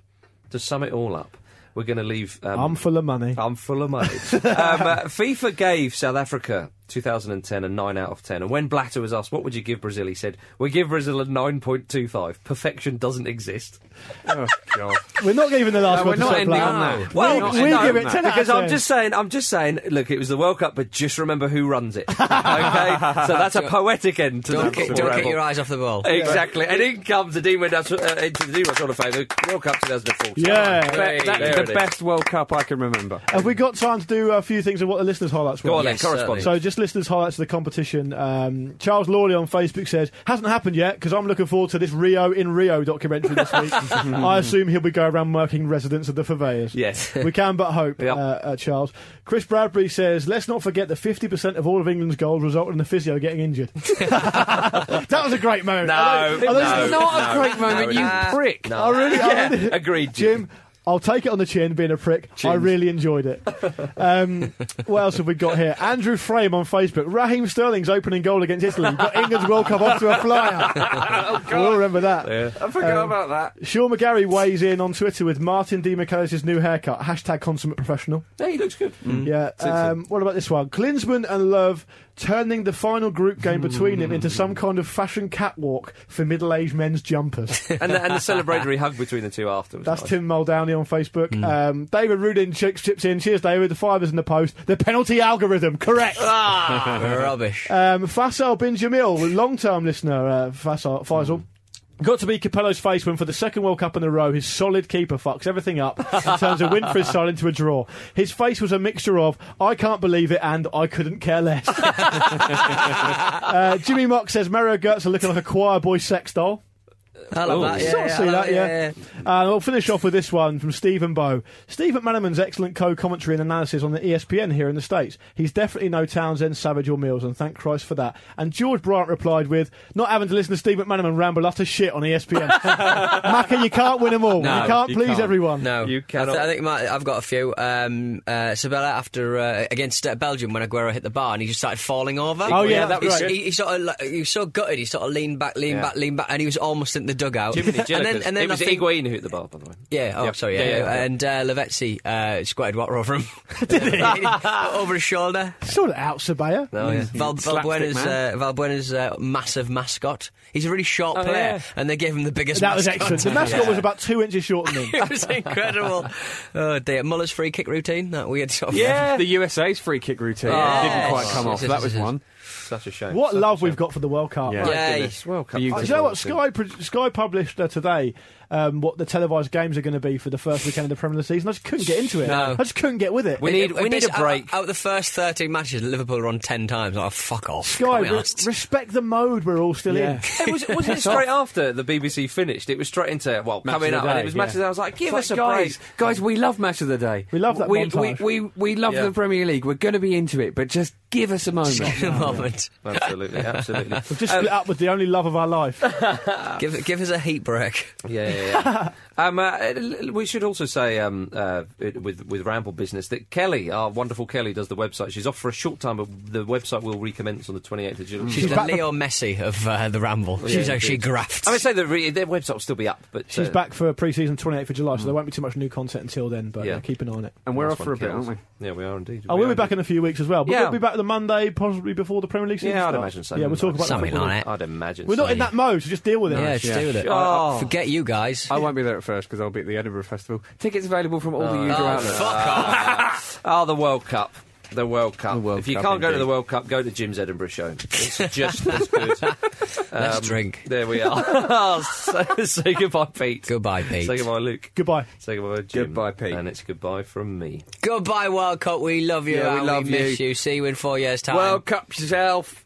to sum it all up, we're going to leave. Um, I'm full of money. I'm full of money. um, uh, FIFA gave South Africa 2010 a 9 out of 10. And when Blatter was asked, what would you give Brazil? He said, we give Brazil a 9.25. Perfection doesn't exist. Oh, God. We're not giving the last one No, we're to not Sir ending Blatter. on that. Well, We're not we ending give on it that. 10 out of Because I'm 10. just saying, I'm just saying. Look, it was the World Cup, but just remember who runs it. Okay, so that's a poetic end to Don't, the ki- football don't ramble. keep your eyes off the ball. Exactly, and in comes the Dean Windass, uh, into the Dean Windass Hall of Fame, the World Cup 2004. Yeah. That- There that's it the is. best World Cup I can remember. Have we got time to do a few things of what the listeners' highlights were? Go on Yes, then, correspondent. So just listeners' highlights of the competition. Um, Charles Lawley on Facebook says, hasn't happened yet because I'm looking forward to this Rio in Rio documentary this week. I assume he'll be going around murking residents of the Furveyors. Yes. We can but hope, Yep. uh, uh, Charles. Chris Bradbury says, let's not forget that 50% of all of England's goals resulted in the physio getting injured. that was a great moment. No, Are those- are those- no, not a no, great moment, no, you it- prick. No. I really- I Yeah, really- agreed, Jim, I'll take it on the chin, being a prick. I really enjoyed it. Um, what else have we got here? Andrew Frame on Facebook. Raheem Sterling's opening goal against Italy got England's World Cup off to a flyer. we'll remember that. I forgot Um, about that. Sean McGarry weighs in on Twitter with Martin D. McCullough's new haircut. Hashtag consummate professional. Yeah, he looks good. Yeah. Um, what about this one? Klinsman and Love turning the final group game between them into some kind of fashion catwalk for middle-aged men's jumpers. and, the, and the celebratory hug between the two afterwards. That's Tim Muldowney on Facebook. Um, David Rudin chips, chips in. Cheers, David. The fibers in the post. The penalty algorithm. Correct. Ah, Rubbish. um, Faisal Bin Jamil, long term listener, uh, Faisal. Faisal. Got to be Capello's face when, for the second World Cup in a row, his solid keeper fucks everything up and turns a win for his side into a draw. His face was a mixture of "I can't believe it" and "I couldn't care less." uh, Jimmy Mock says Mario Götze looking like a choir boy sex doll. I love that. Yeah, Sort of yeah, see I love that, it, yeah. And we'll finish off with this one from Stephen Bow. Stephen Manaman's excellent co-commentary and analysis on the E ESPN here in the States. He's definitely no Townsend, Savage or Mills, and thank Christ for that. And George Bryant replied with, not having to listen to Stephen Manaman ramble utter shit on E ESPN. Macca, you can't win them all. No, you can't you please can't. everyone. No, You I thi- cannot- I, think my, I've got a few. Um, uh, Sabella after uh, against uh, Belgium when Aguero hit the bar and he just started falling over. Oh, yeah, that's He's- right. He, he sort of like, he was so gutted. He sort of leaned back, leaned Yeah. back, leaned back, and he was almost in the dugout. Jiminy Jillikers. and it then I was think. Higuain who hit the bar, by the way. Yeah, oh, sorry, yeah. Yeah, yeah, yeah. And uh, Lavezzi uh, squatted water over him. Did he? over his shoulder. Mm. Sort it out, Sabaya. No, yeah. Val, Valbuena's, uh, Valbuena's uh, massive mascot. He's a really sharp Oh, player, yeah. and they gave him the biggest That was mascot. excellent. The mascot was about two inches shorter than him. it was incredible. Oh, dear. Muller's free kick routine, that weird sort of. Yeah. The USA's free kick routine Yes. didn't quite come off. Yes, yes, That yes, was yes. one. Such a shame. What Such a love shame. we've got for the World Cup. Yeah. My Yeah. goodness, World Cup. You- Uh, Do you know what? Sky pro- Sky published uh, today um, what the televised games are going to be for the first weekend of the Premier League season. I just couldn't get into it. No. I just couldn't get with it. We need, It- it we need a basically- break. Out, out of the first 13 matches, Liverpool are on 10 times. Oh, fuck off. Sky, Can't be re- asked. respect the mode we're all still in. It was, wasn't it straight after the BBC finished? It was straight into, well, Match coming of up, the and day, it was yeah. matches. I was like, give us a guys, break. guys, we love match of the day. We love that We montage. we, we, we love Yeah. the Premier League. We're going to be into it, but just give us a moment. Give him a moment. Absolutely, absolutely. We've just Um, split up with the only love of our life. Give, give us a heat break. Yeah, yeah, yeah. um, uh, l- l- we should also say um, uh, it- with with Ramble business that Kelly, our wonderful Kelly, does the website. She's off for a short time, but the website will recommence on the 28th of July. She's, She's the back- Leo Messi of uh, the Ramble. She's how she grafts. I would say the re- their website will still be up, but She's uh, back for pre-season 28th of Hmm. July, so there won't be too much new content until then. But Yeah. uh, keep an eye on it. And we're last off for one a bit, kills. aren't we? Yeah, we are indeed. Oh, We we'll are be back in a few weeks as well. But Yeah. we'll be back on the Monday, possibly before the Premier League season. Yeah, I'd starts. imagine so. Yeah, we'll talk about Something that. like that. I'd imagine. We're not so. in that mode, so just deal with it. yeah, just deal with it. Oh. Forget you guys. I won't be there at first because I'll be at the Edinburgh Festival. Tickets available from all the usual Oh, outlets. fuck off. Ah, the World Cup. The World Cup. The World if you Cup, can't go to indeed. the World Cup, go to Jim's Edinburgh show. It's just as good. Let's Um, drink. There we are. say, say goodbye, Pete. Goodbye, Pete. Say goodbye, Luke. Goodbye. Say goodbye, Jim. Goodbye, Pete. And it's goodbye from me. Goodbye, World Cup. We love you. Yeah, we and love you. miss you. See you in four years' time. World Cup yourself.